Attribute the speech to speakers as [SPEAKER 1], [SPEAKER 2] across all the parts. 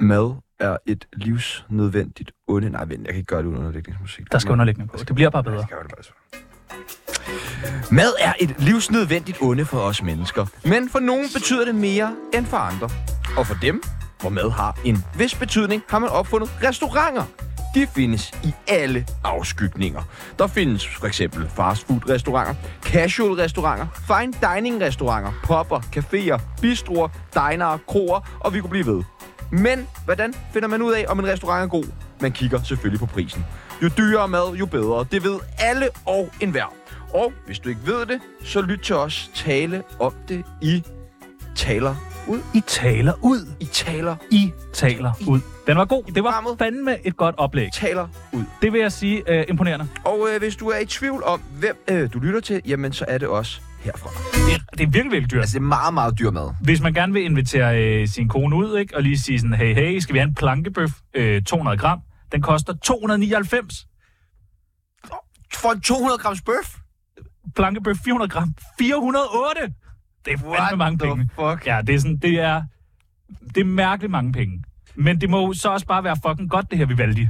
[SPEAKER 1] Mad er et livsnødvendigt onde. Nej, vent, jeg kan ikke gøre det uden underlægningsmusik.
[SPEAKER 2] Der skal underlægning på. Det bliver bare
[SPEAKER 1] Jeg
[SPEAKER 2] bedre.
[SPEAKER 1] skal gøre det bare så. Mad er et livsnødvendigt onde for os mennesker. Men for nogen betyder det mere end for andre. Og for dem, hvor mad har en vis betydning, har man opfundet restauranter. De findes i alle afskygninger. Der findes for eksempel fastfood-restauranter, casual-restauranter, fine dining-restauranter, popper, caféer, bistroer, dinere, kroer, og vi kunne blive ved. Men hvordan finder man ud af, om en restaurant er god? Man kigger selvfølgelig på prisen. Jo dyrere mad, jo bedre. Det ved alle og enhver. Og hvis du ikke ved det, så lyt til os tale om det i Taler Ud.
[SPEAKER 2] I taler ud.
[SPEAKER 1] I Taler,
[SPEAKER 2] I taler ud. Den var god. Det var
[SPEAKER 1] programmet.
[SPEAKER 2] fandme et godt oplæg.
[SPEAKER 1] taler Ud.
[SPEAKER 2] Det vil jeg sige øh, imponerende.
[SPEAKER 1] Og øh, hvis du er i tvivl om, hvem øh, du lytter til, jamen så er det også herfra.
[SPEAKER 2] Det er, det er virkelig, virkelig dyrt.
[SPEAKER 1] Altså, det er meget, meget dyr mad.
[SPEAKER 2] Hvis man gerne vil invitere øh, sin kone ud, ikke, og lige sige sådan, hey, hey, skal vi have en plankebøf, øh, 200 gram? Den koster 299.
[SPEAKER 1] For en 200 grams bøf?
[SPEAKER 2] Plankebøf 400 gram, 408! Det er
[SPEAKER 1] What
[SPEAKER 2] fandme mange
[SPEAKER 1] the
[SPEAKER 2] penge.
[SPEAKER 1] fuck?
[SPEAKER 2] Ja, det er sådan, det er, det er mærkeligt mange penge. Men det må jo så også bare være fucking godt, det her Vivaldi.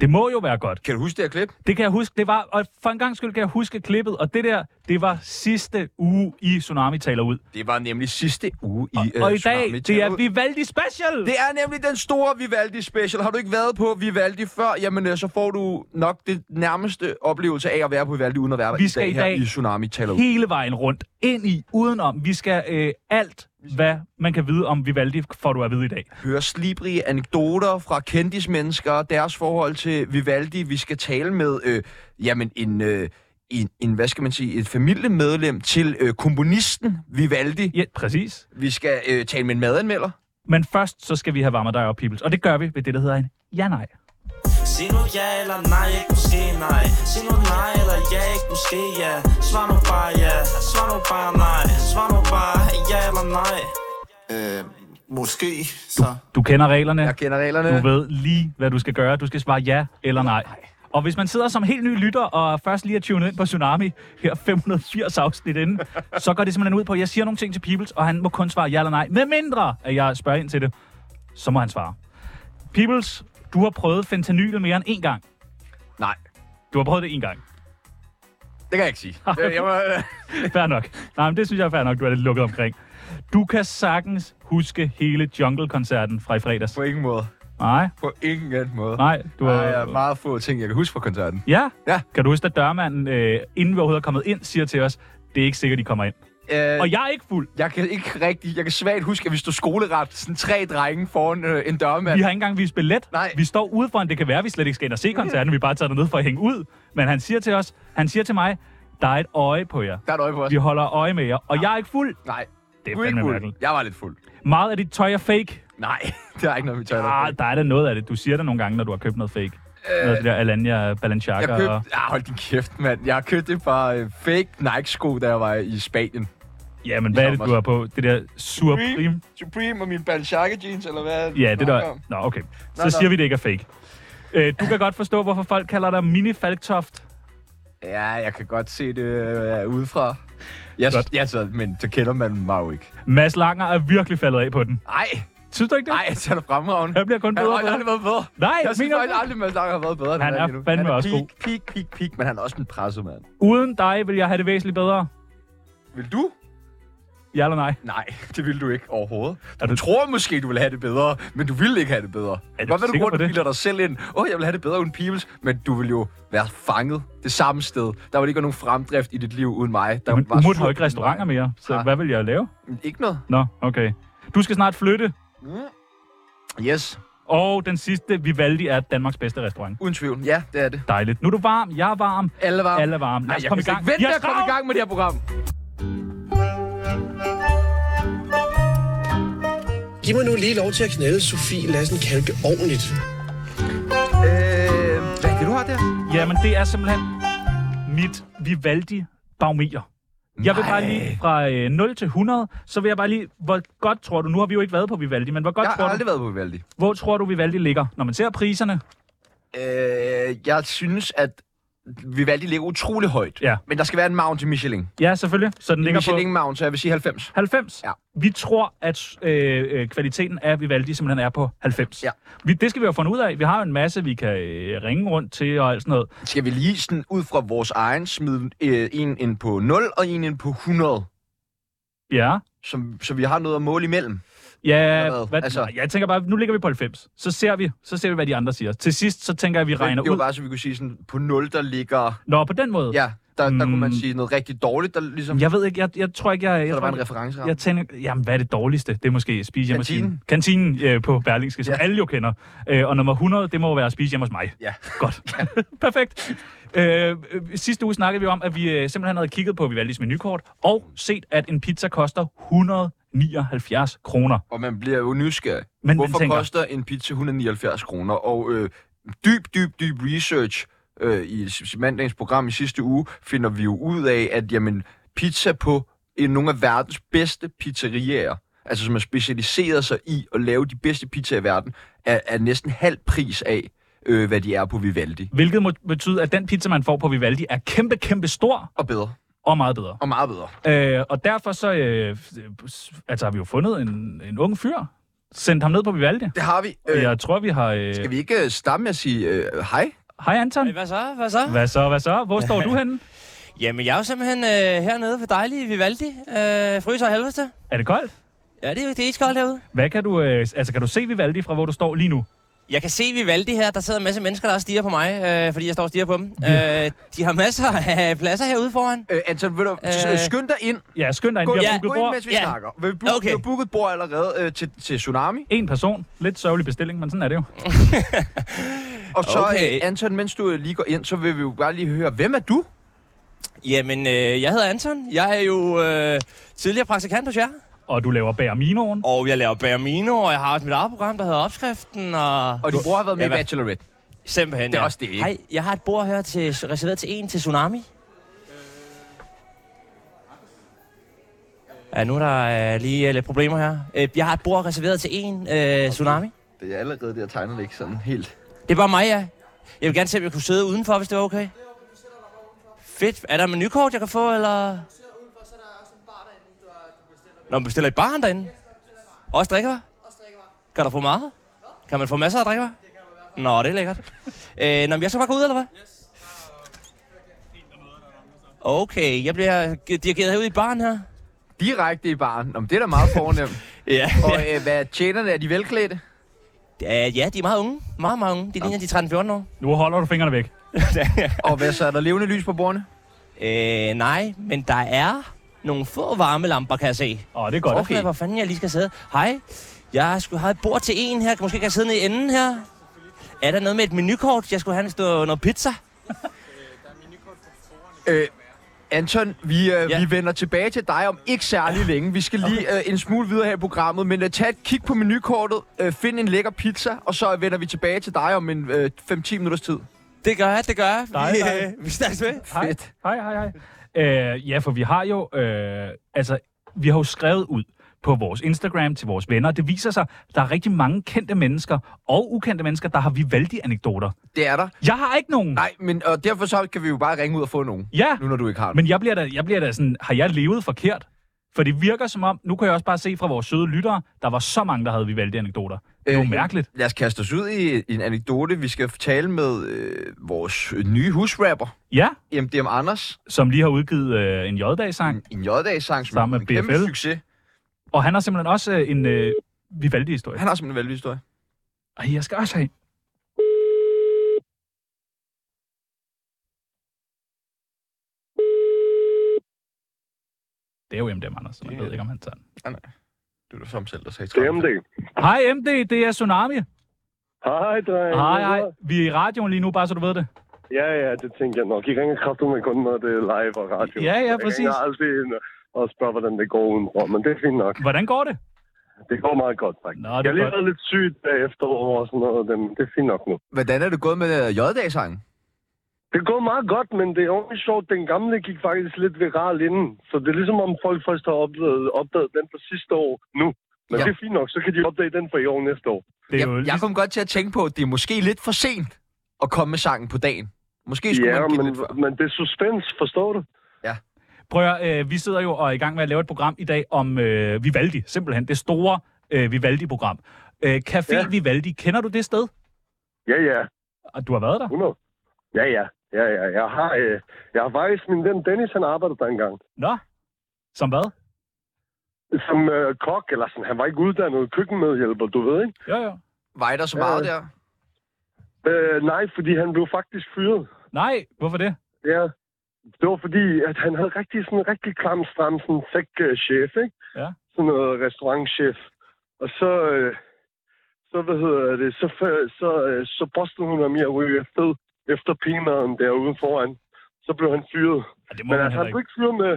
[SPEAKER 2] Det må jo være godt.
[SPEAKER 1] Kan du huske det her klip?
[SPEAKER 2] Det kan jeg huske. Det var, og for en gang skyld kan jeg huske klippet, og det der, det var sidste uge i Tsunami Taler Ud.
[SPEAKER 1] Det var nemlig sidste uge i
[SPEAKER 2] Og,
[SPEAKER 1] øh,
[SPEAKER 2] og i dag,
[SPEAKER 1] Tsunami
[SPEAKER 2] det
[SPEAKER 1] Taler
[SPEAKER 2] er
[SPEAKER 1] Ud.
[SPEAKER 2] Vivaldi Special!
[SPEAKER 1] Det er nemlig den store Vivaldi special. Har du ikke været på Vivaldi før, jamen øh, så får du nok det nærmeste oplevelse af at være på Vivaldi uden at være der
[SPEAKER 2] Vi skal
[SPEAKER 1] i
[SPEAKER 2] i
[SPEAKER 1] dag,
[SPEAKER 2] dag
[SPEAKER 1] her i Tsunami taler ud.
[SPEAKER 2] hele vejen rundt, ind i, udenom. Vi skal øh, alt, hvad man kan vide om Vivaldi, får du at vide i dag.
[SPEAKER 1] Høre slibrige anekdoter fra kendismennesker, deres forhold til Vivaldi. Vi skal tale med, øh, jamen en, øh, en, en, hvad skal man sige, et familiemedlem til øh, komponisten Vivaldi.
[SPEAKER 2] Ja, præcis.
[SPEAKER 1] Vi skal øh, tale med en madanmelder.
[SPEAKER 2] Men først, så skal vi have varmet dig op, peoples. Og det gør vi ved det, der hedder en ja-nej.
[SPEAKER 3] Sig nu ja eller nej, ikke måske nej Sig nu nej eller ja, ikke måske ja Svar nu bare ja, svar nu bare nej Svar nu bare ja eller nej
[SPEAKER 4] øh, Måske så
[SPEAKER 2] Du kender reglerne.
[SPEAKER 1] Jeg kender reglerne.
[SPEAKER 2] Du ved lige, hvad du skal gøre. Du skal svare ja eller nej. Og hvis man sidder som helt ny lytter og først lige er tunet ind på Tsunami, her 580 afsnit inden, så går det simpelthen ud på, at jeg siger nogle ting til Peoples, og han må kun svare ja eller nej. Med mindre, at jeg spørger ind til det, så må han svare. Peoples, du har prøvet fentanyl mere end én gang.
[SPEAKER 1] Nej,
[SPEAKER 2] Du har prøvet det én gang.
[SPEAKER 1] det kan jeg ikke sige. Jeg, jeg, må- øh,
[SPEAKER 2] Fair nok. Nej, men det synes jeg er fair nok, du er lidt lukket omkring. Du kan sagtens huske hele Jungle-koncerten fra i fredags.
[SPEAKER 1] på ingen måde.
[SPEAKER 2] Nej,
[SPEAKER 1] På ingen anden måde.
[SPEAKER 2] nej. Du
[SPEAKER 1] Der er meget få ting, jeg kan huske fra koncerten.
[SPEAKER 2] Ja.
[SPEAKER 1] Ja.
[SPEAKER 2] Kan du huske, at dørmanden, øh, inden vi overhovedet er kommet ind, siger til os, det er ikke sikkert, de kommer ind.
[SPEAKER 1] Øh,
[SPEAKER 2] Og jeg er ikke fuld.
[SPEAKER 1] jeg kan ikke rigtig, jeg kan svagt huske, at vi stod skoleret, sådan tre drenge foran øh, en dørmand.
[SPEAKER 2] Vi har ikke engang vist billet.
[SPEAKER 1] Nej.
[SPEAKER 2] Vi står ude foran, det kan være, at vi slet ikke skal ind og se koncerten, vi er bare tager ned for at hænge ud. Men han siger til os, han siger til mig, der er et øje på jer.
[SPEAKER 1] Der er et øje på os.
[SPEAKER 2] Vi holder øje med jer, og jeg er ikke fuld.
[SPEAKER 1] Nej,
[SPEAKER 2] Det er
[SPEAKER 1] du er ikke
[SPEAKER 2] fandme
[SPEAKER 1] fuld.
[SPEAKER 2] mærkeligt.
[SPEAKER 1] Jeg var lidt fuld.
[SPEAKER 2] Meget af dit tøj er fake.
[SPEAKER 1] Nej, det er ikke noget, vi tøjler.
[SPEAKER 2] Ah, der er da noget af det. Du siger det nogle gange, når du har købt noget fake. Øh, noget af det der Alanya
[SPEAKER 1] jeg
[SPEAKER 2] Balenciaga. og-
[SPEAKER 1] købte, ah, hold din kæft, mand. Jeg købte et par øh, fake Nike-sko, da jeg var i Spanien.
[SPEAKER 2] Ja, men hvad er det,
[SPEAKER 1] sommer.
[SPEAKER 2] du har på? Det der Supreme?
[SPEAKER 1] Supreme og mine Balenciaga jeans, eller hvad?
[SPEAKER 2] Ja, det der... Nå, okay. Så
[SPEAKER 1] Nå, nå.
[SPEAKER 2] siger vi, det ikke er fake. Øh, du kan godt forstå, hvorfor folk kalder dig Mini Falktoft.
[SPEAKER 1] Ja, jeg kan godt se det øh, udefra. Jeg,
[SPEAKER 2] Godt.
[SPEAKER 1] jeg, så, men så kender man mig jo ikke.
[SPEAKER 2] Mads Langer er virkelig faldet af på den.
[SPEAKER 1] Nej,
[SPEAKER 2] Synes du ikke det?
[SPEAKER 1] nej, jeg tager fremragende.
[SPEAKER 2] Han bliver kun
[SPEAKER 1] Han
[SPEAKER 2] bedre
[SPEAKER 1] har
[SPEAKER 2] og bedre.
[SPEAKER 1] aldrig været bedre.
[SPEAKER 2] Nej,
[SPEAKER 1] jeg synes
[SPEAKER 2] mener du
[SPEAKER 1] faktisk
[SPEAKER 2] det?
[SPEAKER 1] aldrig, Mads Langer har været bedre. end
[SPEAKER 2] Han er
[SPEAKER 1] lige nu.
[SPEAKER 2] fandme
[SPEAKER 1] han er
[SPEAKER 2] også
[SPEAKER 1] peak,
[SPEAKER 2] god.
[SPEAKER 1] Peak, peak, peak, men han er også en presse, mand.
[SPEAKER 2] Uden dig vil jeg have det væsentligt bedre.
[SPEAKER 1] Vil du?
[SPEAKER 2] Ja eller nej?
[SPEAKER 1] Nej, det vil du ikke overhovedet. Du,
[SPEAKER 2] Er
[SPEAKER 1] du
[SPEAKER 2] du-
[SPEAKER 1] tror måske, du vil have det bedre, men du vil ikke have det bedre.
[SPEAKER 2] Er du
[SPEAKER 1] Godt, at du
[SPEAKER 2] sikker
[SPEAKER 1] rundt
[SPEAKER 2] på
[SPEAKER 1] og
[SPEAKER 2] det?
[SPEAKER 1] bilder dig selv ind. Åh, oh, jeg vil have det bedre uden Peoples, men du vil jo være fanget det samme sted. Der vil ikke være nogen fremdrift i dit liv uden mig. Der
[SPEAKER 2] Jamen,
[SPEAKER 1] var
[SPEAKER 2] Umut har jo
[SPEAKER 1] sult
[SPEAKER 2] ikke
[SPEAKER 1] uden
[SPEAKER 2] restauranter
[SPEAKER 1] mig.
[SPEAKER 2] mere, så
[SPEAKER 1] Nej.
[SPEAKER 2] hvad vil jeg lave?
[SPEAKER 1] Men Ikke noget.
[SPEAKER 2] Nå, okay. Du skal snart flytte.
[SPEAKER 1] Yes,
[SPEAKER 2] Og den sidste, Vivaldi er Danmarks bedste restaurant.
[SPEAKER 1] uden tvivl. Ja, det er det.
[SPEAKER 2] Dejligt. Nu er du varm, jeg er varm,
[SPEAKER 1] Alle var.
[SPEAKER 2] alle er varme. Lad
[SPEAKER 1] Nej,
[SPEAKER 2] os
[SPEAKER 1] jeg kan
[SPEAKER 2] komme i
[SPEAKER 1] slet
[SPEAKER 2] gang.
[SPEAKER 1] ikke vente
[SPEAKER 2] Jeg
[SPEAKER 1] med at komme i
[SPEAKER 2] travlt!
[SPEAKER 1] gang med det her program.
[SPEAKER 5] Giv mig nu lige lov til at knalde Sofie Lassen Kalke ordentligt.
[SPEAKER 1] Øh, hvad er det, du har der?
[SPEAKER 2] Jamen, det er simpelthen mit Vivaldi Baumir. Jeg vil
[SPEAKER 1] Nej.
[SPEAKER 2] bare lige fra øh, 0 til 100, så vil jeg bare lige, hvor godt tror du, nu har vi jo ikke været på Vivaldi, men hvor godt
[SPEAKER 1] Jeg har
[SPEAKER 2] tror du,
[SPEAKER 1] aldrig været på Vivaldi.
[SPEAKER 2] hvor tror du Vivaldi ligger, når man ser priserne?
[SPEAKER 1] Øh, jeg synes, at Vivaldi ligger utrolig højt.
[SPEAKER 2] Ja.
[SPEAKER 1] Men der skal være en mount til Michelin.
[SPEAKER 2] Ja, selvfølgelig. Så den ligger på
[SPEAKER 1] Michelin mount, så jeg vil sige 90.
[SPEAKER 2] 90.
[SPEAKER 1] Ja.
[SPEAKER 2] Vi tror, at øh, øh, kvaliteten af Vivaldi simpelthen er på 90.
[SPEAKER 1] Ja.
[SPEAKER 2] Vi, det skal vi jo finde ud af. Vi har jo en masse, vi kan øh, ringe rundt til og alt sådan noget.
[SPEAKER 1] Skal vi lige sådan ud fra vores egen smide øh, en ind på 0 og en ind på 100?
[SPEAKER 2] Ja.
[SPEAKER 1] Som, så vi har noget at måle imellem.
[SPEAKER 2] Ja,
[SPEAKER 1] hvad?
[SPEAKER 2] hvad, altså...
[SPEAKER 1] Altså-
[SPEAKER 2] jeg tænker bare, nu ligger vi på 90. Så ser vi, så ser vi hvad de andre siger. Til sidst, så tænker jeg, at vi regner
[SPEAKER 1] det var
[SPEAKER 2] ud.
[SPEAKER 1] bare, så vi kunne sige sådan, på 0, der ligger...
[SPEAKER 2] Nå, på den måde.
[SPEAKER 1] Ja, der, der kunne man
[SPEAKER 2] Mm.
[SPEAKER 1] sige noget rigtig dårligt, der ligesom...
[SPEAKER 2] Jeg ved ikke, jeg, jeg tror ikke, jeg... jeg
[SPEAKER 1] så der
[SPEAKER 2] tror,
[SPEAKER 1] var en
[SPEAKER 2] ikke-
[SPEAKER 1] referenceramme.
[SPEAKER 2] jeg tænker, jamen, hvad er det dårligste? Det er måske spise hjemme hos
[SPEAKER 1] Kantinen.
[SPEAKER 2] hende. Kantinen øh, på Berlingske, som
[SPEAKER 1] Ja.
[SPEAKER 2] alle jo kender. Øh, og nummer 100, det må jo være spise hjemme hos mig.
[SPEAKER 1] Ja.
[SPEAKER 2] Godt. Perfekt. Øh, øh, sidste uge snakkede vi om, at vi øh, simpelthen havde kigget på Vivaldis menukort, og set, at en pizza koster 179 kroner.
[SPEAKER 1] Og man bliver jo nysgerrig.
[SPEAKER 2] Men man
[SPEAKER 1] Hvorfor
[SPEAKER 2] tænker-
[SPEAKER 1] koster en pizza 179 kroner? Og øh, dyb, dyb, dyb research øh, i s- mandagens program i sidste uge, finder vi jo ud af, at jamen, pizza på en, nogle af verdens bedste pizzerier, altså som har specialiseret sig i at lave de bedste pizzaer i verden, er, er næsten halv pris af, øh, hvad de er på Vivaldi.
[SPEAKER 2] Hvilket må betyde, at den pizza, man får på Vivaldi, er kæmpe, kæmpe stor
[SPEAKER 1] Og bedre.
[SPEAKER 2] og meget bedre.
[SPEAKER 1] Og meget bedre.
[SPEAKER 2] Øh, og derfor så øh, s- altså, har vi jo fundet en, en ung fyr, sendt ham ned på Vivaldi.
[SPEAKER 1] Det har vi.
[SPEAKER 2] Øh,
[SPEAKER 1] Øh,
[SPEAKER 2] jeg tror, vi har... Øh...
[SPEAKER 1] Skal vi ikke øh, starte med at sige øh, hej?
[SPEAKER 2] Hej Anton.
[SPEAKER 6] Hvad så? Hvad så?
[SPEAKER 2] Hvad så, hvad så? Hvor står du henne?
[SPEAKER 6] Jamen, jeg er jo simpelthen øh, hernede på dejlige Vivaldi. Øh, fryser af helvede.
[SPEAKER 2] Er det koldt?
[SPEAKER 6] Ja, det er, det er iskoldt herude.
[SPEAKER 2] Hvad kan du, øh, altså, kan du se Vivaldi fra, hvor du står lige nu?
[SPEAKER 6] Jeg kan se Vivaldi her. Der sidder en masse mennesker, der også stiger på mig, øh, fordi jeg står og stiger på dem. Øh, de har masser af pladser herude foran.
[SPEAKER 1] Øh, Anton, vil du, øh,
[SPEAKER 6] Øh,
[SPEAKER 1] skynd dig ind.
[SPEAKER 2] Ja, skynd dig ind.
[SPEAKER 1] Gå,
[SPEAKER 2] Vi
[SPEAKER 1] ja,
[SPEAKER 2] har
[SPEAKER 1] gå
[SPEAKER 2] booket
[SPEAKER 1] ind,
[SPEAKER 2] bord.
[SPEAKER 1] mens vi
[SPEAKER 6] Ja.
[SPEAKER 1] snakker. Vi har book,
[SPEAKER 6] Okay.
[SPEAKER 1] okay. booket bord allerede øh, til, til Tsunami.
[SPEAKER 2] En person. Lidt sørgelig bestilling, men sådan er det jo.
[SPEAKER 1] Og så, okay.
[SPEAKER 6] Okay.
[SPEAKER 1] øh, Anton, mens du øh, lige går ind, så vil vi jo bare lige høre, hvem er du?
[SPEAKER 6] Jamen, øh, jeg hedder Anton. Jeg er jo øh, tidligere praktikant hos jer.
[SPEAKER 2] Og du laver bær minoen.
[SPEAKER 6] Og jeg laver Bærmino, og jeg har også mit eget program, der hedder Opskriften. Og,
[SPEAKER 1] Og din bror har været med i
[SPEAKER 6] Ja, hvad-
[SPEAKER 1] Bachelorette.
[SPEAKER 6] Simpelthen,
[SPEAKER 1] Det er
[SPEAKER 6] ja.
[SPEAKER 1] også det, ikke?
[SPEAKER 6] Hej, jeg har et bord her til, reserveret til en til Tsunami. Ja, nu er der øh, lige øh, lidt problemer her. Øh, jeg har et bord reserveret til en øh, Tsunami.
[SPEAKER 1] Det er allerede der, tegner det ikke sådan helt.
[SPEAKER 6] Det er bare mig, ja. Jeg vil gerne se, om jeg kunne sidde udenfor, hvis det var okay. Fedt. Er der en menukort, jeg kan få, eller? Nå, man bestiller i baren derinde. Også drikkevarer? Kan der få meget? Kan man få masser af drikkevarer? Nå, det er lækkert. Øh, nå, men jeg skal bare gå ud, eller hvad? Okay, jeg bliver dirigeret herude i baren her.
[SPEAKER 1] Direkte i baren. Om det er da meget fornemt.
[SPEAKER 6] Ja.
[SPEAKER 1] Og øh, hvad tjenerne, er de velklædte?
[SPEAKER 6] Øh, ja, de er meget unge. Meget, meget unge. De ligner, de er 13-14 år.
[SPEAKER 2] Nu holder du fingrene væk.
[SPEAKER 1] Og hvad så, er der levende lys på bordene?
[SPEAKER 6] Øh, nej, men der er nogle få varmelamper, kan jeg se.
[SPEAKER 2] Åh, det er godt.
[SPEAKER 6] Okay. Okay, hvor fanden jeg lige skal sidde. Hej, jeg skulle have et bord til en her. Måske kan jeg sidde nede i enden her. Er der noget med et menukort? Jeg skulle have noget, noget pizza.
[SPEAKER 1] Øh, Anton, vi, øh,
[SPEAKER 6] Ja.
[SPEAKER 1] vi vender tilbage til dig om ikke særlig længe. Vi skal lige øh, en smule videre her i programmet, men øh, tag et kig på menukortet, øh, find en lækker pizza, og så vender vi tilbage til dig om en øh, 5-10 minutters tid.
[SPEAKER 6] Det gør jeg, det gør jeg.
[SPEAKER 2] Dej,
[SPEAKER 6] vi,
[SPEAKER 2] dej.
[SPEAKER 6] øh, vi snakkes ved.
[SPEAKER 2] Hej.
[SPEAKER 1] Fedt.
[SPEAKER 2] Hej, hej, hej. Øh, ja, for vi har jo, øh, altså, vi har jo skrevet ud på vores Instagram til vores venner. Det viser sig, der er rigtig mange kendte mennesker og ukendte mennesker, der har Vivaldi-anekdoter.
[SPEAKER 1] Det er der.
[SPEAKER 2] Jeg har ikke nogen.
[SPEAKER 1] Nej, men og derfor så kan vi jo bare ringe ud og få nogen.
[SPEAKER 2] Ja,
[SPEAKER 1] Nu når du ikke har den.
[SPEAKER 2] men jeg bliver da, jeg bliver da sådan, har jeg levet forkert? For det virker som om, nu kan jeg også bare se fra vores søde lyttere, der var så mange, der havde Vivaldi-anekdoter. Det er jo
[SPEAKER 1] Øh,
[SPEAKER 2] mærkeligt.
[SPEAKER 1] Lad os kaste os ud i en anekdote. Vi skal tale med øh, vores nye husrapper,
[SPEAKER 2] Ja,
[SPEAKER 1] MDM Anders,
[SPEAKER 2] som lige har udgivet øh, en J-dag-sang,
[SPEAKER 1] en J-dag-sang, som
[SPEAKER 2] Sammen
[SPEAKER 1] er
[SPEAKER 2] med
[SPEAKER 1] en kæmpe
[SPEAKER 2] BFL.
[SPEAKER 1] succes.
[SPEAKER 2] og han har simpelthen også øh, en øh, Vivaldi-historie.
[SPEAKER 1] Han har simpelthen en valghistorie.
[SPEAKER 2] Ej, jeg skal også have en. Det er jo MDM, Anders, så man ved ikke, om han tager den.
[SPEAKER 1] Det var som selv, der sagde.
[SPEAKER 7] Det er om det.
[SPEAKER 2] Hej MD, det er Tsunami.
[SPEAKER 7] Hej, dreng.
[SPEAKER 2] Hej, hej. Vi er i radioen lige nu, bare så du ved det.
[SPEAKER 7] Ja, ja, det tænker jeg nok. I ringer kraftigt med kun, når det er live og radio.
[SPEAKER 2] Ja, ja,
[SPEAKER 7] Jeg
[SPEAKER 2] præcis.
[SPEAKER 7] ringer altid ind og spørger, hvordan det går udenfor, men det er fint nok.
[SPEAKER 2] Hvordan går det?
[SPEAKER 7] Det går meget godt, tak.
[SPEAKER 2] Nå, det
[SPEAKER 7] jeg
[SPEAKER 2] er
[SPEAKER 7] har lige
[SPEAKER 2] godt.
[SPEAKER 7] været lidt syg bagefter og sådan noget, men det er fint nok nu.
[SPEAKER 1] Hvordan er det gået med øh, J-dag-sangen?
[SPEAKER 7] Det går meget godt, men det er ordentligt sjovt. Den gamle gik faktisk lidt viral inden. Så det er ligesom om folk først har opdaget, opdaget den fra sidste år nu. Men
[SPEAKER 1] Ja.
[SPEAKER 7] ja. det er fint nok, så kan de opdage den fra i år næste år.
[SPEAKER 2] Det er jo
[SPEAKER 1] Jeg, jeg kom godt til at tænke på, at det er måske lidt for sent at komme med sangen på dagen. Måske skulle
[SPEAKER 7] Ja,
[SPEAKER 1] man give
[SPEAKER 7] men,
[SPEAKER 1] den lidt før.
[SPEAKER 7] men det er suspens, forstår du?
[SPEAKER 2] Prøv at, høre, øh, vi sidder jo og er i gang med at lave et program i dag om øh, Vivaldi, simpelthen. Det store øh, Vivaldi-program. Øh, Café ja.
[SPEAKER 7] Ja.
[SPEAKER 2] Vivaldi, kender du det sted?
[SPEAKER 7] Ja, ja,
[SPEAKER 2] Og Du har været der?
[SPEAKER 7] 100. Ja, ja, ja, ja. Jeg har, øh, jeg har faktisk min ven Dennis, han arbejdede der engang.
[SPEAKER 2] Nå? Som hvad?
[SPEAKER 7] Som øh, kok, eller sådan. Han var ikke uddannet køkkenmedhjælper, du ved, ikke?
[SPEAKER 2] Jo, jo.
[SPEAKER 1] Var I der så
[SPEAKER 7] Ja,
[SPEAKER 1] meget
[SPEAKER 7] ja.
[SPEAKER 1] der?
[SPEAKER 7] Øh, nej, fordi han blev faktisk fyret.
[SPEAKER 2] Nej, hvorfor det?
[SPEAKER 7] Ja. Det var fordi, at han havde rigtig, sådan, rigtig klam, stram sådan tech-chef, ikke?
[SPEAKER 2] Ja.
[SPEAKER 7] Sådan noget restaurantchef. Og så, øh, så hvad hedder det, så, fa- så, øh, så postede hun ham i at ryge afsted efter pinmaden derude foran. Så blev han fyret.
[SPEAKER 2] Ja, Ah, det må
[SPEAKER 7] Men
[SPEAKER 2] man
[SPEAKER 7] altså,
[SPEAKER 2] heller
[SPEAKER 7] han blev
[SPEAKER 2] ikke.
[SPEAKER 7] ikke fyret med,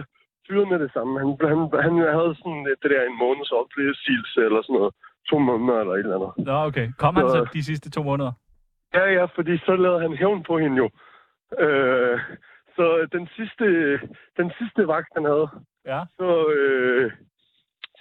[SPEAKER 7] fyret med det samme. Han, han, han havde sådan øh, det der en måneds oplevelsesigelse eller sådan noget. To måneder eller et eller andet.
[SPEAKER 2] Nå, okay. Kom han
[SPEAKER 7] Så-
[SPEAKER 2] så de sidste to måneder?
[SPEAKER 7] Ja, ja, fordi så lavede han hævn på hende jo. Øh, så den sidste, den sidste vagt, han havde,
[SPEAKER 2] Ja.
[SPEAKER 7] så, øh,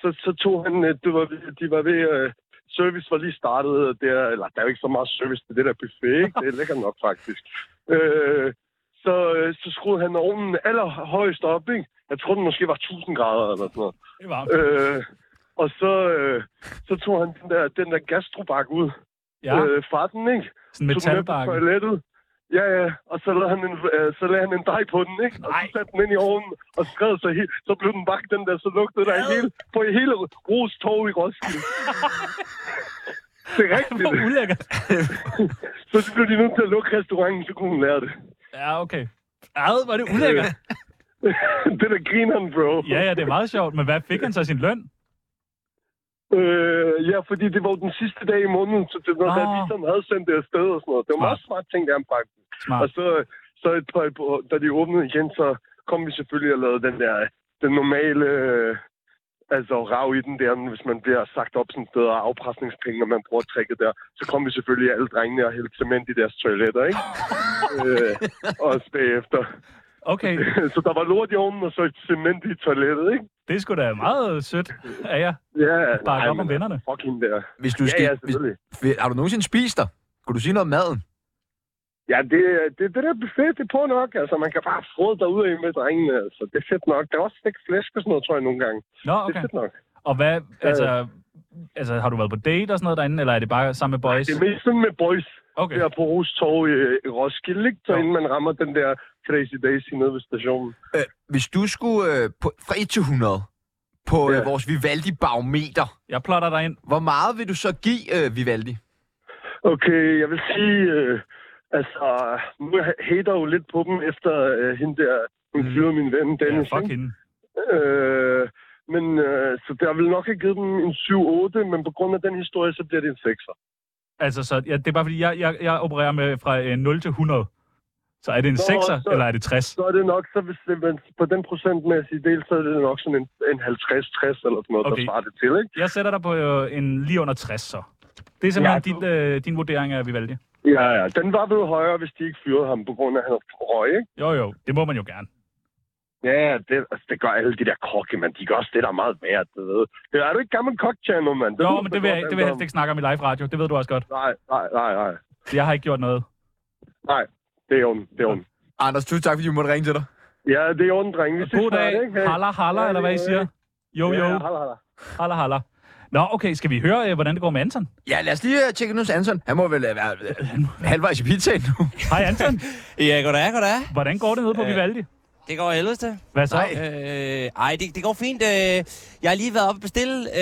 [SPEAKER 7] så, så tog han, øh, det var, de var ved, øh, service var lige startet der, eller der er jo ikke så meget service til det der buffet, ikke? det er lækkert nok faktisk. Øh, så, øh, så skruede han ovnen allerhøjst op, ikke? jeg tror den måske var 1000 grader eller sådan noget.
[SPEAKER 2] Det var
[SPEAKER 7] Øh, og så, øh, så tog han den der, den der gastrobak ud
[SPEAKER 2] Ja,
[SPEAKER 7] øh, fra den, ikke?
[SPEAKER 2] sådan en
[SPEAKER 7] tog den med på
[SPEAKER 2] metalbakke.
[SPEAKER 7] toilettet. Ja, ja, og så lavede han en, øh, så lavede han en dej på den, ikke? Og så
[SPEAKER 2] Nej.
[SPEAKER 7] satte den ind i ovnen og skred sig helt. Så blev den bagt, den der, så lugtede der i hele, på i hele Ros Torv i Roskilde. det er rigtigt.
[SPEAKER 2] Hvor ulækkert.
[SPEAKER 7] Så blev de nødt til at lukke restauranten, så kunne hun lære det.
[SPEAKER 2] Ja, okay. Ad, var det ulækkert.
[SPEAKER 7] Øh. det der grineren, bro.
[SPEAKER 2] Ja, ja, det er meget sjovt. Men hvad fik han så sin løn?
[SPEAKER 7] Øh, ja, fordi det var jo den sidste dag i måneden, så det var
[SPEAKER 2] Nå.
[SPEAKER 7] da de sådan havde sendt det afsted og sådan noget. Det var meget smart ting, der han faktisk. Og
[SPEAKER 2] Smart.
[SPEAKER 7] så, så et par, da de åbnede igen, så kom vi selvfølgelig og lavede den der, den normale, øh, altså rav i den der, hvis man bliver sagt op sådan et sted, og afpresningspenge, når man bruger tricket der, så kom vi selvfølgelig alle drengene og hældte cement i deres toiletter, ikke? øh, også bagefter.
[SPEAKER 2] Okay,
[SPEAKER 7] så der var lort i ovnen, og så cement i toilettet, ikke?
[SPEAKER 2] det er sgu da meget sødt af jer.
[SPEAKER 7] Ja,
[SPEAKER 2] Bakke op
[SPEAKER 7] men
[SPEAKER 2] om vennerne.
[SPEAKER 7] Fucking der.
[SPEAKER 1] Hvis du
[SPEAKER 7] Ja,
[SPEAKER 1] skal,
[SPEAKER 7] ja, selvfølgelig.
[SPEAKER 1] hvis, har du nogensinde spist der? Kunne du sige noget om maden?
[SPEAKER 7] Ja, det, det, det der buffet, det er på nok. Altså, man kan bare frode derude i med drengene. Altså, det er fedt nok. Der er også stik flæsk og sådan noget, tror jeg, nogle gange.
[SPEAKER 2] Nå,
[SPEAKER 7] Det er Øh.
[SPEAKER 2] okay.
[SPEAKER 7] fedt nok.
[SPEAKER 2] Og hvad, altså, altså, har du været på date og sådan noget derinde, eller er det bare sammen med boys?
[SPEAKER 7] Det er mest sådan med boys.
[SPEAKER 2] Okay,
[SPEAKER 7] Der på Rus Torv i, i Roskilde, ikke? Så
[SPEAKER 2] Ja.
[SPEAKER 7] inden man rammer den der Crazy Daisy nede ved stationen.
[SPEAKER 1] Øh, hvis du skulle øh, på, fra 1 til 100 på
[SPEAKER 7] Ja.
[SPEAKER 1] øh, vores Vivaldi-barometer,
[SPEAKER 2] jeg plotter dig ind.
[SPEAKER 1] hvor meget vil du så give øh, Vivaldi?
[SPEAKER 7] Okay, jeg vil sige... Øh, altså, nu hater jeg jo lidt på dem efter øh, hende der... Hun flyder min ven,
[SPEAKER 2] Mm. Ja,
[SPEAKER 7] Dennis.
[SPEAKER 2] fuck
[SPEAKER 7] ikke?
[SPEAKER 2] hende.
[SPEAKER 7] øh, men øh, så der vil nok have givet dem en 7-8, men på grund af den historie, så bliver det en 6'er.
[SPEAKER 2] Altså, så, ja, det er bare fordi, jeg, jeg, jeg opererer med fra øh, 0 til 100. Så er det en
[SPEAKER 7] Nå,
[SPEAKER 2] 6'er,
[SPEAKER 7] så-
[SPEAKER 2] eller er det 60?
[SPEAKER 7] Så er det nok, så hvis det, men på den procentmæssige del, så er det nok sådan en, en 50-60 eller sådan noget, okay.
[SPEAKER 2] Okay.
[SPEAKER 7] der svarer det til, ikke?
[SPEAKER 2] Jeg sætter dig på øh, en lige under 60, så. Det er simpelthen
[SPEAKER 7] Ja,
[SPEAKER 2] ja, din, øh, din vurdering af Vivaldi.
[SPEAKER 7] Ja, ja. Den var blevet højere, hvis de ikke fyrede ham på grund af, at han røg, ikke?
[SPEAKER 2] Jo, jo, det må man jo gerne.
[SPEAKER 7] Ja, det, altså, det gør alle de der kokke, man. De gør også det, der er meget værd, du ved. Det er du ikke gammel kok-channel, mand?
[SPEAKER 2] Jo,
[SPEAKER 7] ved
[SPEAKER 2] men
[SPEAKER 7] du
[SPEAKER 2] det vil, jeg,
[SPEAKER 7] godt,
[SPEAKER 2] det vil jeg
[SPEAKER 7] alt
[SPEAKER 2] helst ikke snakke om i live radio. Det ved du også godt.
[SPEAKER 7] om. Nej, nej, nej, nej.
[SPEAKER 2] Jeg har ikke gjort noget.
[SPEAKER 7] Nej, det er ondt, det er ondt.
[SPEAKER 1] Anders, tusind tak, fordi vi måtte ringe til dig.
[SPEAKER 7] Ja, det er ondt, drenge. Vi ses
[SPEAKER 2] God dag.
[SPEAKER 7] snart, ikke? Hey.
[SPEAKER 2] Halla, halla,
[SPEAKER 7] Ja,
[SPEAKER 2] eller hvad I
[SPEAKER 7] ja,
[SPEAKER 2] siger? Jo,
[SPEAKER 7] Ja,
[SPEAKER 2] jo.
[SPEAKER 7] halla, halla.
[SPEAKER 2] Halla, halla. Nå, okay, skal vi høre, øh, hvordan det går med Anton?
[SPEAKER 1] Ja, lad os lige øh, tjekke nu hos Anton. Han må vel øh, være øh, halvvejs i pizzaen nu.
[SPEAKER 2] Hej Anton,
[SPEAKER 6] Ja, goddag, goddag.
[SPEAKER 2] hvordan går det nede
[SPEAKER 6] Øh,
[SPEAKER 2] på Vivaldi?
[SPEAKER 6] Det går helvedes til.
[SPEAKER 2] Hvad så?
[SPEAKER 1] Nej.
[SPEAKER 6] Øh, ej, det, det går fint. Øh, jeg har lige været oppe og bestille. Øh,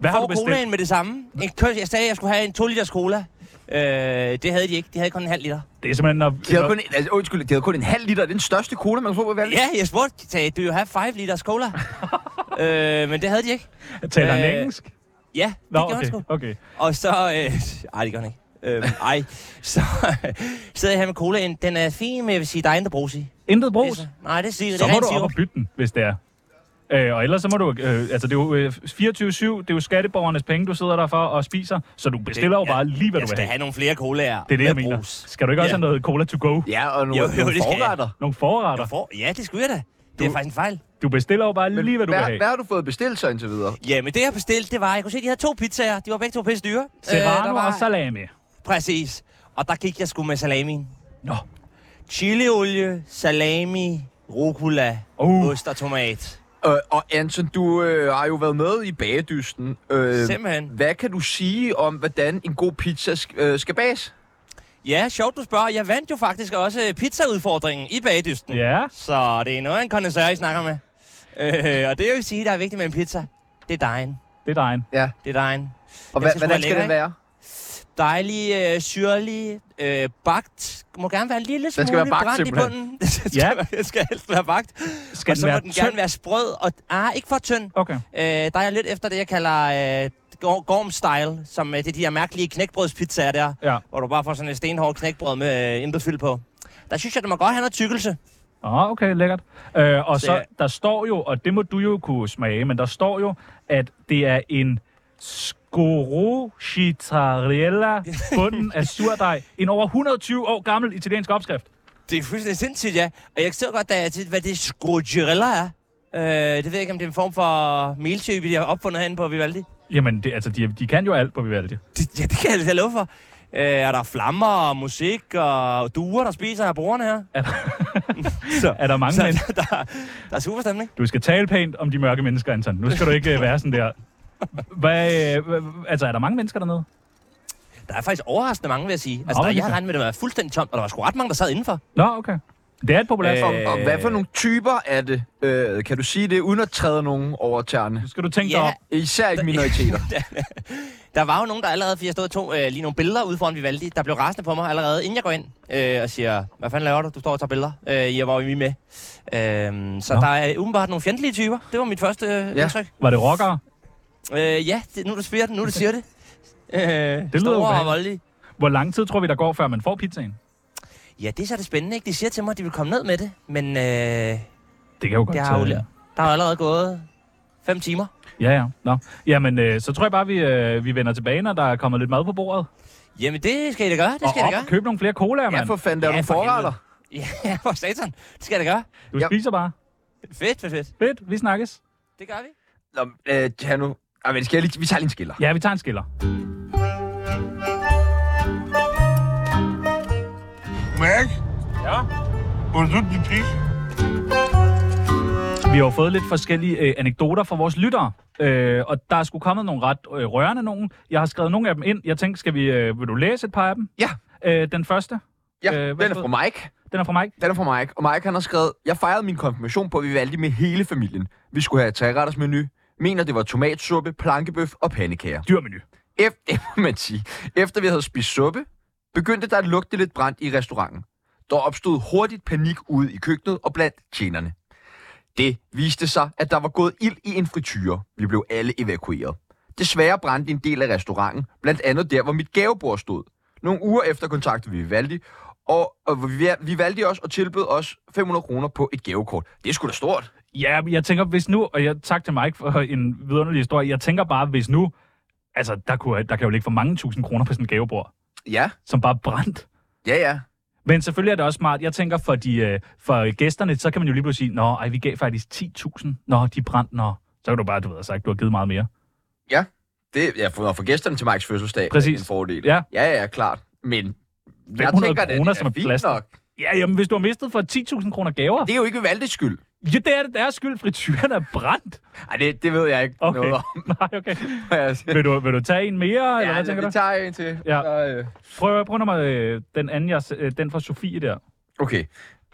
[SPEAKER 2] Hvad har du bestilt?
[SPEAKER 6] colaen med det samme. En køs, jeg sagde, at jeg skulle have en 2 liters cola. Øh, det havde de ikke. De havde kun en halv liter.
[SPEAKER 2] Det er simpelthen... Når,
[SPEAKER 1] De havde kun, en- altså, undskyld, de havde kun en halv liter. Det er den største cola, man kan få på Vivaldi.
[SPEAKER 6] Ja, jeg spurgte. Sagde, do you have 5 liters cola? øh, men det havde de ikke.
[SPEAKER 2] Taler han
[SPEAKER 6] Øh,
[SPEAKER 2] engelsk?
[SPEAKER 6] Ja, det
[SPEAKER 2] Nå,
[SPEAKER 6] gjorde han
[SPEAKER 2] okay,
[SPEAKER 6] sgu.
[SPEAKER 2] okay.
[SPEAKER 6] Og så... Øh, ej, det gør han ikke. Øh, ej, så sidder jeg her med colaen. Den er fin, men jeg vil sige, der er intet brus i.
[SPEAKER 2] Intet brus?
[SPEAKER 6] Nej, det siger
[SPEAKER 2] Så
[SPEAKER 6] det er
[SPEAKER 2] må
[SPEAKER 6] ren
[SPEAKER 2] du op
[SPEAKER 6] sirup.
[SPEAKER 2] og bytte den, hvis det er. Øh, og ellers så må du... Øh, altså, det er jo øh, 24-7, det er jo skatteborgernes penge, du sidder der for og spiser, så du bestiller jo
[SPEAKER 6] Ja,
[SPEAKER 2] bare lige, hvad
[SPEAKER 6] jeg
[SPEAKER 2] du vil
[SPEAKER 6] skal
[SPEAKER 2] have.
[SPEAKER 6] have nogle flere colaer.
[SPEAKER 2] Det er det, jeg
[SPEAKER 6] med
[SPEAKER 2] mener.
[SPEAKER 6] brus.
[SPEAKER 2] Skal du ikke også
[SPEAKER 6] Ja.
[SPEAKER 2] have noget cola to go?
[SPEAKER 1] Ja, og nogle,
[SPEAKER 6] Jo,
[SPEAKER 1] jo,
[SPEAKER 6] jo,
[SPEAKER 1] jo, nogle
[SPEAKER 6] det skal jeg.
[SPEAKER 1] forretter.
[SPEAKER 2] Nogle forretter?
[SPEAKER 6] Jeg får, ja, det skulle jeg da. Det er
[SPEAKER 1] Du-
[SPEAKER 6] faktisk en fejl.
[SPEAKER 2] Du bestiller jo bare lige, hvad du vil
[SPEAKER 1] hvad,
[SPEAKER 2] have.
[SPEAKER 1] hvad har du fået bestilt så indtil videre?
[SPEAKER 6] Ja, men det jeg bestilte, det var, jeg kunne se, at de havde to pizzaer. De var begge to pisse dyre.
[SPEAKER 2] Serrano
[SPEAKER 6] der
[SPEAKER 2] øh,
[SPEAKER 6] var-
[SPEAKER 2] og salami.
[SPEAKER 6] Præcis. Og der gik jeg sgu med salamien.
[SPEAKER 2] Nå.
[SPEAKER 6] Chiliolie, salami, rucola,
[SPEAKER 2] Uh.
[SPEAKER 6] uh. ost og tomat.
[SPEAKER 1] Øh, og Anton, du øh, har jo været med i bagedysten. Øh,
[SPEAKER 6] Simpelthen.
[SPEAKER 1] Hvad kan du sige om, hvordan en god pizza sk- øh, skal bages?
[SPEAKER 6] Ja, sjovt du spørger. Jeg vandt jo faktisk også øh, pizzaudfordringen i bagdysten.
[SPEAKER 2] Ja.
[SPEAKER 6] Så det er noget af en kondensør, I snakker med. Øh, og det vil sige, der er vigtigt med en pizza. Det er dejen.
[SPEAKER 2] Det er dejen.
[SPEAKER 1] Ja,
[SPEAKER 6] Det er dejen.
[SPEAKER 1] og
[SPEAKER 6] Den
[SPEAKER 1] hva-
[SPEAKER 6] skal sgu være
[SPEAKER 1] hvordan skal
[SPEAKER 6] lækker,
[SPEAKER 1] den være?
[SPEAKER 6] Dejlig, øh, syrlig, øh, bagt. Må gerne være en lille smule
[SPEAKER 1] skal være bagt,
[SPEAKER 6] brændt
[SPEAKER 1] simpelthen.
[SPEAKER 6] i bunden. det skal,
[SPEAKER 2] Ja.
[SPEAKER 6] være- det skal helst være bagt.
[SPEAKER 2] Skal
[SPEAKER 6] og så
[SPEAKER 2] den være
[SPEAKER 6] må den gerne
[SPEAKER 2] tynd?
[SPEAKER 6] være sprød. Og, ah, ikke for tynd.
[SPEAKER 2] Okay.
[SPEAKER 6] Øh, der er jeg lidt efter det, jeg kalder øh, gor- gorm-style, som øh, det er de her mærkelige knækbrødspizzaer der,
[SPEAKER 2] Ja.
[SPEAKER 6] hvor du bare får sådan et stenhårdt knækbrød med øh, intet fyld på. Der synes jeg, det må godt have noget tykkelse.
[SPEAKER 2] Ah, okay, lækkert. Øh, og
[SPEAKER 6] Så
[SPEAKER 2] så,
[SPEAKER 6] jeg-
[SPEAKER 2] der står jo, og det må du jo kunne smage, men der står jo, at det er en scoroscitarella, bunden af surdej. En over 120 år gammel italiensk opskrift.
[SPEAKER 6] Det er fuldstændig sindssygt, ja. Og jeg så godt, da jeg tænkte, hvad det scrogirella er. Øh, det ved jeg ikke, om det er en form for meltype, de har opfundet herinde på Vivaldi.
[SPEAKER 2] Jamen, det, altså, de, de kan jo alt på Vivaldi.
[SPEAKER 6] Det, ja, det kan jeg da love for. Øh, og der er flammer og musik og duer, der spiser af brugerne her.
[SPEAKER 2] Er der,
[SPEAKER 6] Så,
[SPEAKER 2] er der mange
[SPEAKER 6] så
[SPEAKER 2] mænd?
[SPEAKER 6] der, der, der er super stemning.
[SPEAKER 2] Du skal tale pænt om de mørke mennesker, Anton. Nu skal du ikke øh, være sådan der. Hvad, øh, hva- altså, er der mange mennesker dernede?
[SPEAKER 6] Der er faktisk overraskende mange, vil jeg sige.
[SPEAKER 2] Nå,
[SPEAKER 6] Altså, der,
[SPEAKER 2] hvor
[SPEAKER 6] jeg
[SPEAKER 2] vildt.
[SPEAKER 6] regnede med, at det var fuldstændig tomt, og der var sgu ret mange, der sad indenfor.
[SPEAKER 2] Nå, okay. Det er et populært
[SPEAKER 6] Øh,
[SPEAKER 2] øh,
[SPEAKER 1] Og, og hvad for nogle typer er det? Øh, kan du sige det, uden at træde nogen over tæerne?
[SPEAKER 2] Nu skal du tænke dig
[SPEAKER 6] Ja.
[SPEAKER 2] op.
[SPEAKER 1] Især ikke minoriteter.
[SPEAKER 6] Der var jo nogen, der allerede, fordi jeg stod og tog øh, lige nogle billeder ude foran Vivaldi, der blev rasende på mig allerede, inden jeg går ind øh, og siger, hvad fanden laver du? Du står og tager billeder. Øh, jeg var jo i med. Øh, så
[SPEAKER 2] Nå.
[SPEAKER 6] der er umiddelbart nogle fjendtlige typer. Det var mit første øh,
[SPEAKER 1] Ja.
[SPEAKER 6] ja. indtryk.
[SPEAKER 2] Var det rockere?
[SPEAKER 6] Øh, ja, det, nu du spiller den, nu du siger det. Øh, det
[SPEAKER 2] lyder
[SPEAKER 6] store og
[SPEAKER 2] ubehageligt.
[SPEAKER 6] voldelige.
[SPEAKER 2] Hvor lang tid tror vi, der går, før man får pizzaen?
[SPEAKER 6] Ja, det er så det spændende, ikke? De siger til mig, at de vil komme ned med det, men øh,
[SPEAKER 2] Det kan jo godt
[SPEAKER 6] det har jo,
[SPEAKER 2] tage...
[SPEAKER 6] der er jo allerede gået fem timer.
[SPEAKER 2] Ja, ja. Nå. Jamen, øh, så tror jeg bare, vi, øh, vi vender tilbage, når der er kommet lidt mad på bordet.
[SPEAKER 6] Jamen, det skal I da gøre, det
[SPEAKER 2] og
[SPEAKER 6] skal I da
[SPEAKER 2] op,
[SPEAKER 6] gøre.
[SPEAKER 2] køb nogle flere colaer,
[SPEAKER 1] Ja,
[SPEAKER 2] mand.
[SPEAKER 1] for fanden, der er
[SPEAKER 6] Ja,
[SPEAKER 1] nogle
[SPEAKER 6] for
[SPEAKER 1] forretter.
[SPEAKER 6] Ja, for satan. Det skal I da gøre.
[SPEAKER 2] Du
[SPEAKER 1] Ja.
[SPEAKER 2] spiser bare.
[SPEAKER 6] Fedt, fedt, fedt.
[SPEAKER 2] Fedt, vi snakkes.
[SPEAKER 6] Det gør vi.
[SPEAKER 1] Nå, øh, Tjerno, Ej, men skal jeg lige, vi tager lige en skiller.
[SPEAKER 2] Ja, vi tager en skiller.
[SPEAKER 8] Mærk,
[SPEAKER 2] Ja.
[SPEAKER 8] hvor du din pik?
[SPEAKER 2] Vi har jo fået lidt forskellige øh, anekdoter fra vores lyttere. Øh, og der er sgu kommet nogle ret øh, rørende nogen. Jeg har skrevet nogle af dem ind. Jeg tænkte, skal vi, øh, vil du læse et par af dem?
[SPEAKER 1] Ja.
[SPEAKER 2] Øh, den første,
[SPEAKER 1] Ja,
[SPEAKER 2] Øh,
[SPEAKER 1] øh,
[SPEAKER 2] hvad
[SPEAKER 1] den er
[SPEAKER 2] stod-
[SPEAKER 1] fra Mike.
[SPEAKER 2] den er fra Mike.
[SPEAKER 1] Den er fra Mike, og Mike han har skrevet, Jeg fejrede min konfirmation på, at vi valgte med hele familien. Vi skulle have træretters menu. Mener, det var tomatsuppe, plankebøf og pandekager.
[SPEAKER 2] Dyrmenu.
[SPEAKER 1] Efter, det må man sige. Efter vi havde spist suppe, begyndte der at lugte lidt brændt i restauranten. Der opstod hurtigt panik ude i køkkenet og blandt tjenerne. Det viste sig, at der var gået ild i en frityre. Vi blev alle evakueret. Desværre brændte en del af restauranten, blandt andet der, hvor mit gavebord stod. Nogle uger efter kontaktede vi Vivaldi, og, og vi, vi valgte os og tilbød os 500 kroner på et gavekort. Det er sgu da stort.
[SPEAKER 2] Ja, men jeg tænker, hvis nu, og jeg, tak til Mike for en vidunderlig historie, jeg tænker bare, hvis nu, altså, der, kunne, der kan jo ligge for mange tusind kroner på sådan en gavebord,
[SPEAKER 1] Ja,
[SPEAKER 2] som bare brændt.
[SPEAKER 1] ja, ja.
[SPEAKER 2] Men selvfølgelig er det også smart. Jeg tænker, for, de, øh, for gæsterne, så kan man jo lige pludselig sige, nå, ej, vi gav faktisk 10.000, nå, de brændte, nå. Så kan du bare, du ved, have sagt, du har givet meget mere.
[SPEAKER 1] Det ja, for, for gæsterne til Mikes fødselsdag
[SPEAKER 2] Præcis.
[SPEAKER 1] er en fordel.
[SPEAKER 2] Ja.
[SPEAKER 1] ja, ja, klart. Men jeg
[SPEAKER 2] 500
[SPEAKER 1] tænker, det,
[SPEAKER 2] kroner,
[SPEAKER 1] det
[SPEAKER 2] som
[SPEAKER 1] er
[SPEAKER 2] er
[SPEAKER 1] fint
[SPEAKER 2] plastik.
[SPEAKER 1] nok.
[SPEAKER 2] Ja, jamen, hvis du har mistet for 10.000 kroner gaver,
[SPEAKER 1] Det
[SPEAKER 2] det...
[SPEAKER 1] er jo ikke Vivaldes skyld.
[SPEAKER 2] ja, det er det deres skyld, frityren er brændt.
[SPEAKER 1] Ej, det, det ved jeg ikke
[SPEAKER 2] Okay.
[SPEAKER 1] noget om.
[SPEAKER 2] Nej, okay.
[SPEAKER 1] må jeg sige.
[SPEAKER 2] Vil du, vil du tage en mere, eller
[SPEAKER 1] ja,
[SPEAKER 2] hvad tænker
[SPEAKER 1] vi
[SPEAKER 2] du?
[SPEAKER 1] tager en til.
[SPEAKER 2] Ja.
[SPEAKER 1] Så, øh.
[SPEAKER 2] Prøv, prøv nummer, øh, den anden, jeg, s- øh, den fra Sofie der.
[SPEAKER 1] Okay.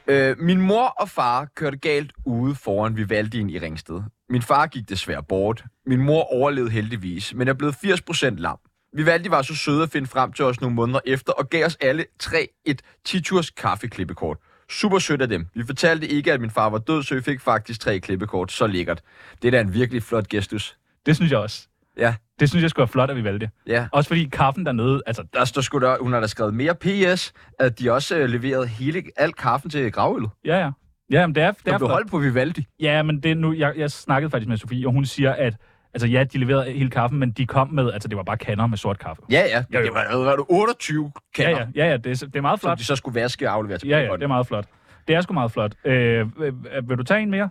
[SPEAKER 1] Øh, min mor og far kørte galt ude foran Vivaldien i Ringsted. Min far gik desværre bort. Min mor overlevede heldigvis, men er blevet 80% lam. Vivaldi var så søde at finde frem til os nogle måneder efter og gav os alle tre et 10-turs kaffeklippekort. Super sødt af dem. Vi fortalte ikke, at min far var død, så vi fik faktisk tre klippekort. Så lækkert. Det er da en virkelig flot gestus.
[SPEAKER 2] Det synes jeg også.
[SPEAKER 1] Ja.
[SPEAKER 2] Det synes jeg skulle være flot, at vi valgte.
[SPEAKER 1] Ja.
[SPEAKER 2] Også fordi kaffen dernede, altså,
[SPEAKER 1] Der står sgu der, hun har da skrevet mere PS, at de også øh, leverede hele, alt kaffen til gravøllet.
[SPEAKER 2] ja, ja. Ja, men det er, det
[SPEAKER 1] Der blev
[SPEAKER 2] er flot.
[SPEAKER 1] holdt på Vivaldi.
[SPEAKER 2] Ja, men det er nu, jeg, jeg snakkede faktisk med Sofie, og hun siger, at altså, ja, de leverede hele kaffen, men de kom med, altså det var bare kander med sort kaffe.
[SPEAKER 1] Ja, ja.
[SPEAKER 2] Jo, jo.
[SPEAKER 1] Det var, det var 28
[SPEAKER 2] Ja,
[SPEAKER 1] kander,
[SPEAKER 2] ja, ja, ja det, er, det er meget
[SPEAKER 1] som
[SPEAKER 2] flot.
[SPEAKER 1] de så skulle vaske og aflevere til
[SPEAKER 2] Ja, ja,
[SPEAKER 1] Bacon.
[SPEAKER 2] det er meget flot. Det er sgu meget flot. Øh, øh, vil du tage en mere?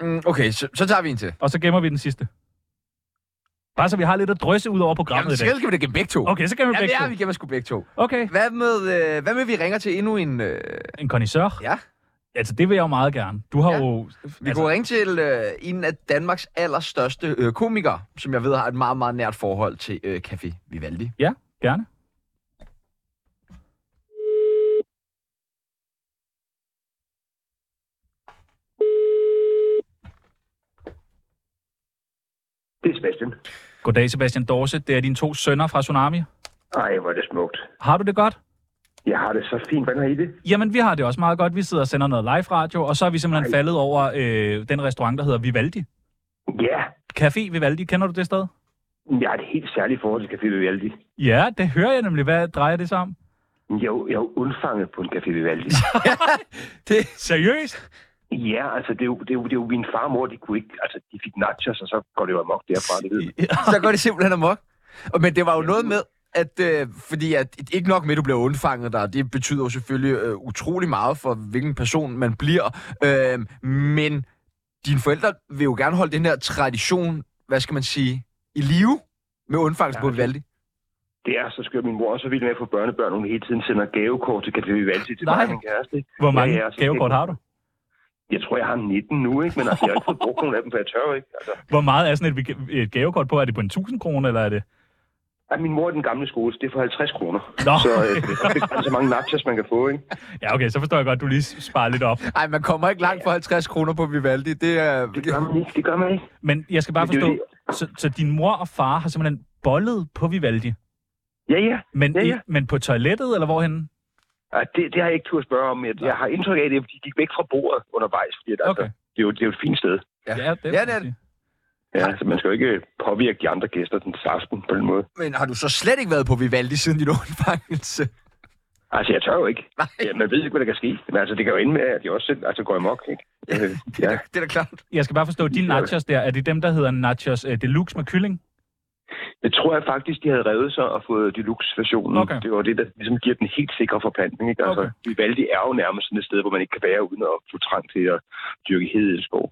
[SPEAKER 1] Mm, okay, så, så tager vi en til.
[SPEAKER 2] Og så gemmer vi den sidste. Bare så vi har lidt at drysse ud over
[SPEAKER 1] Jamen,
[SPEAKER 2] programmet i
[SPEAKER 1] så
[SPEAKER 2] dag.
[SPEAKER 1] skal vi da gennem begge to.
[SPEAKER 2] Okay, så kan vi
[SPEAKER 1] Ja,
[SPEAKER 2] begge
[SPEAKER 1] det er,
[SPEAKER 2] to.
[SPEAKER 1] vi gennem sgu begge to.
[SPEAKER 2] Okay,
[SPEAKER 1] Hvad med, øh, hvad med, vi ringer til endnu en... Øh,
[SPEAKER 2] en connoisseur.
[SPEAKER 1] ja,
[SPEAKER 2] Altså, det vil jeg jo meget gerne. Du har
[SPEAKER 1] Ja.
[SPEAKER 2] jo...
[SPEAKER 1] vi altså, kunne ringe til øh, en af Danmarks allerstørste øh, komikere, som jeg ved har et meget, meget nært forhold til øh, Café Vivaldi.
[SPEAKER 2] Ja, gerne.
[SPEAKER 7] Det er Sebastian.
[SPEAKER 2] Goddag, Sebastian Dorse. Det er dine to sønner fra Tsunami.
[SPEAKER 7] Ej, hvor er det smukt.
[SPEAKER 2] Har du det godt?
[SPEAKER 7] Jeg har det så fint. Hvordan har I det?
[SPEAKER 2] Jamen, vi har det også meget godt. Vi sidder og sender noget live radio, og så er vi simpelthen faldet over øh, den restaurant, der hedder Vivaldi.
[SPEAKER 7] Ja,
[SPEAKER 2] Café Vivaldi, kender du det sted?
[SPEAKER 7] jeg har et helt særligt forhold til Café Vivaldi.
[SPEAKER 2] Ja, det hører jeg nemlig. Hvad drejer det sig om?
[SPEAKER 7] Jeg, er jo- jeg er jo undfanget på en Café Vivaldi.
[SPEAKER 2] Seriøst?
[SPEAKER 7] ja, altså, det er, jo, det, er jo, det er jo min far og mor, de kunne ikke... Altså, de fik nachos, og så går det jo amok derfra, det ved man.
[SPEAKER 1] så går det simpelthen amok. Og, men det var jo noget med, at øh, fordi at ikke nok med, at du bliver undfanget der, det betyder jo selvfølgelig øh, utrolig meget for, hvilken person man bliver. Øh, men dine forældre vil jo gerne holde den her tradition, hvad skal man sige, i live med undfangelse
[SPEAKER 7] Ja,
[SPEAKER 1] på
[SPEAKER 7] det-
[SPEAKER 1] Vivaldi.
[SPEAKER 7] Det er så skørt. Min mor er så vild med at få børnebørn. Hun hele tiden sender gavekort til Café Vivaldi til
[SPEAKER 2] Nej.
[SPEAKER 7] mig og min kæreste. ikke?
[SPEAKER 2] Hvor mange
[SPEAKER 7] Ja, ja, så-
[SPEAKER 2] gavekort har du?
[SPEAKER 7] Jeg tror, jeg har 19 nu, ikke? Men altså, jeg har ikke fået brugt nogen af dem, for jeg tør jo ikke. Altså,
[SPEAKER 2] Hvor meget er sådan et, et gavekort på? Er det på en 1000 kroner, eller er det...
[SPEAKER 7] ej, min mor er den gamle skole, så det er for 50 kroner.
[SPEAKER 2] Nå,
[SPEAKER 7] Så øh, det er så mange nachos, man kan få, ikke?
[SPEAKER 2] ja, okay, så forstår jeg godt, at du lige sparer lidt op.
[SPEAKER 1] Ej, man kommer ikke langt for 50 kroner på Vivaldi. Det er...
[SPEAKER 7] Det gør man ikke. Det gør man ikke.
[SPEAKER 2] Men jeg skal bare
[SPEAKER 7] Men det er
[SPEAKER 2] forstå,
[SPEAKER 7] jo
[SPEAKER 2] så, så din mor og far har simpelthen bollet på Vivaldi,
[SPEAKER 7] Ja, ja.
[SPEAKER 2] men,
[SPEAKER 7] Ja,
[SPEAKER 2] i-
[SPEAKER 7] ja.
[SPEAKER 2] men på toilettet, eller hvorhen?
[SPEAKER 7] Ej, Det, det har jeg ikke turde spørge om. Jeg, jeg har indtryk af, at de gik væk fra bordet undervejs. Fordi at, altså,
[SPEAKER 2] Okay.
[SPEAKER 7] det, er jo, det er jo et fint sted.
[SPEAKER 1] Ja.
[SPEAKER 2] Ja, det,
[SPEAKER 1] Ja,
[SPEAKER 2] må
[SPEAKER 1] det er
[SPEAKER 2] man
[SPEAKER 1] det.
[SPEAKER 7] Ja, altså, man skal jo ikke påvirke de andre gæster den aften på den måde.
[SPEAKER 1] Men har du så slet ikke været på Vivaldi siden din undfangelse?
[SPEAKER 7] Altså, jeg tør jo ikke. Ja, man ved ikke, hvad der kan ske. Men altså, det kan jo ende med, at de også selv altså, går amok, ikke? Øh, ja.
[SPEAKER 1] Det er da klart.
[SPEAKER 2] Jeg skal bare forstå, dine nachos der, er det dem, der hedder nachos øh, deluxe med kylling?
[SPEAKER 7] Jeg tror jeg faktisk, de havde revet sig og fået deluxe-versionen.
[SPEAKER 2] Okay.
[SPEAKER 7] Det var det, der ligesom giver den helt sikre forplantning, ikke? Altså,
[SPEAKER 2] Okay.
[SPEAKER 7] Vivaldi er jo nærmest sådan et sted, hvor man ikke kan være uden at få trang til at dyrke hedelskov.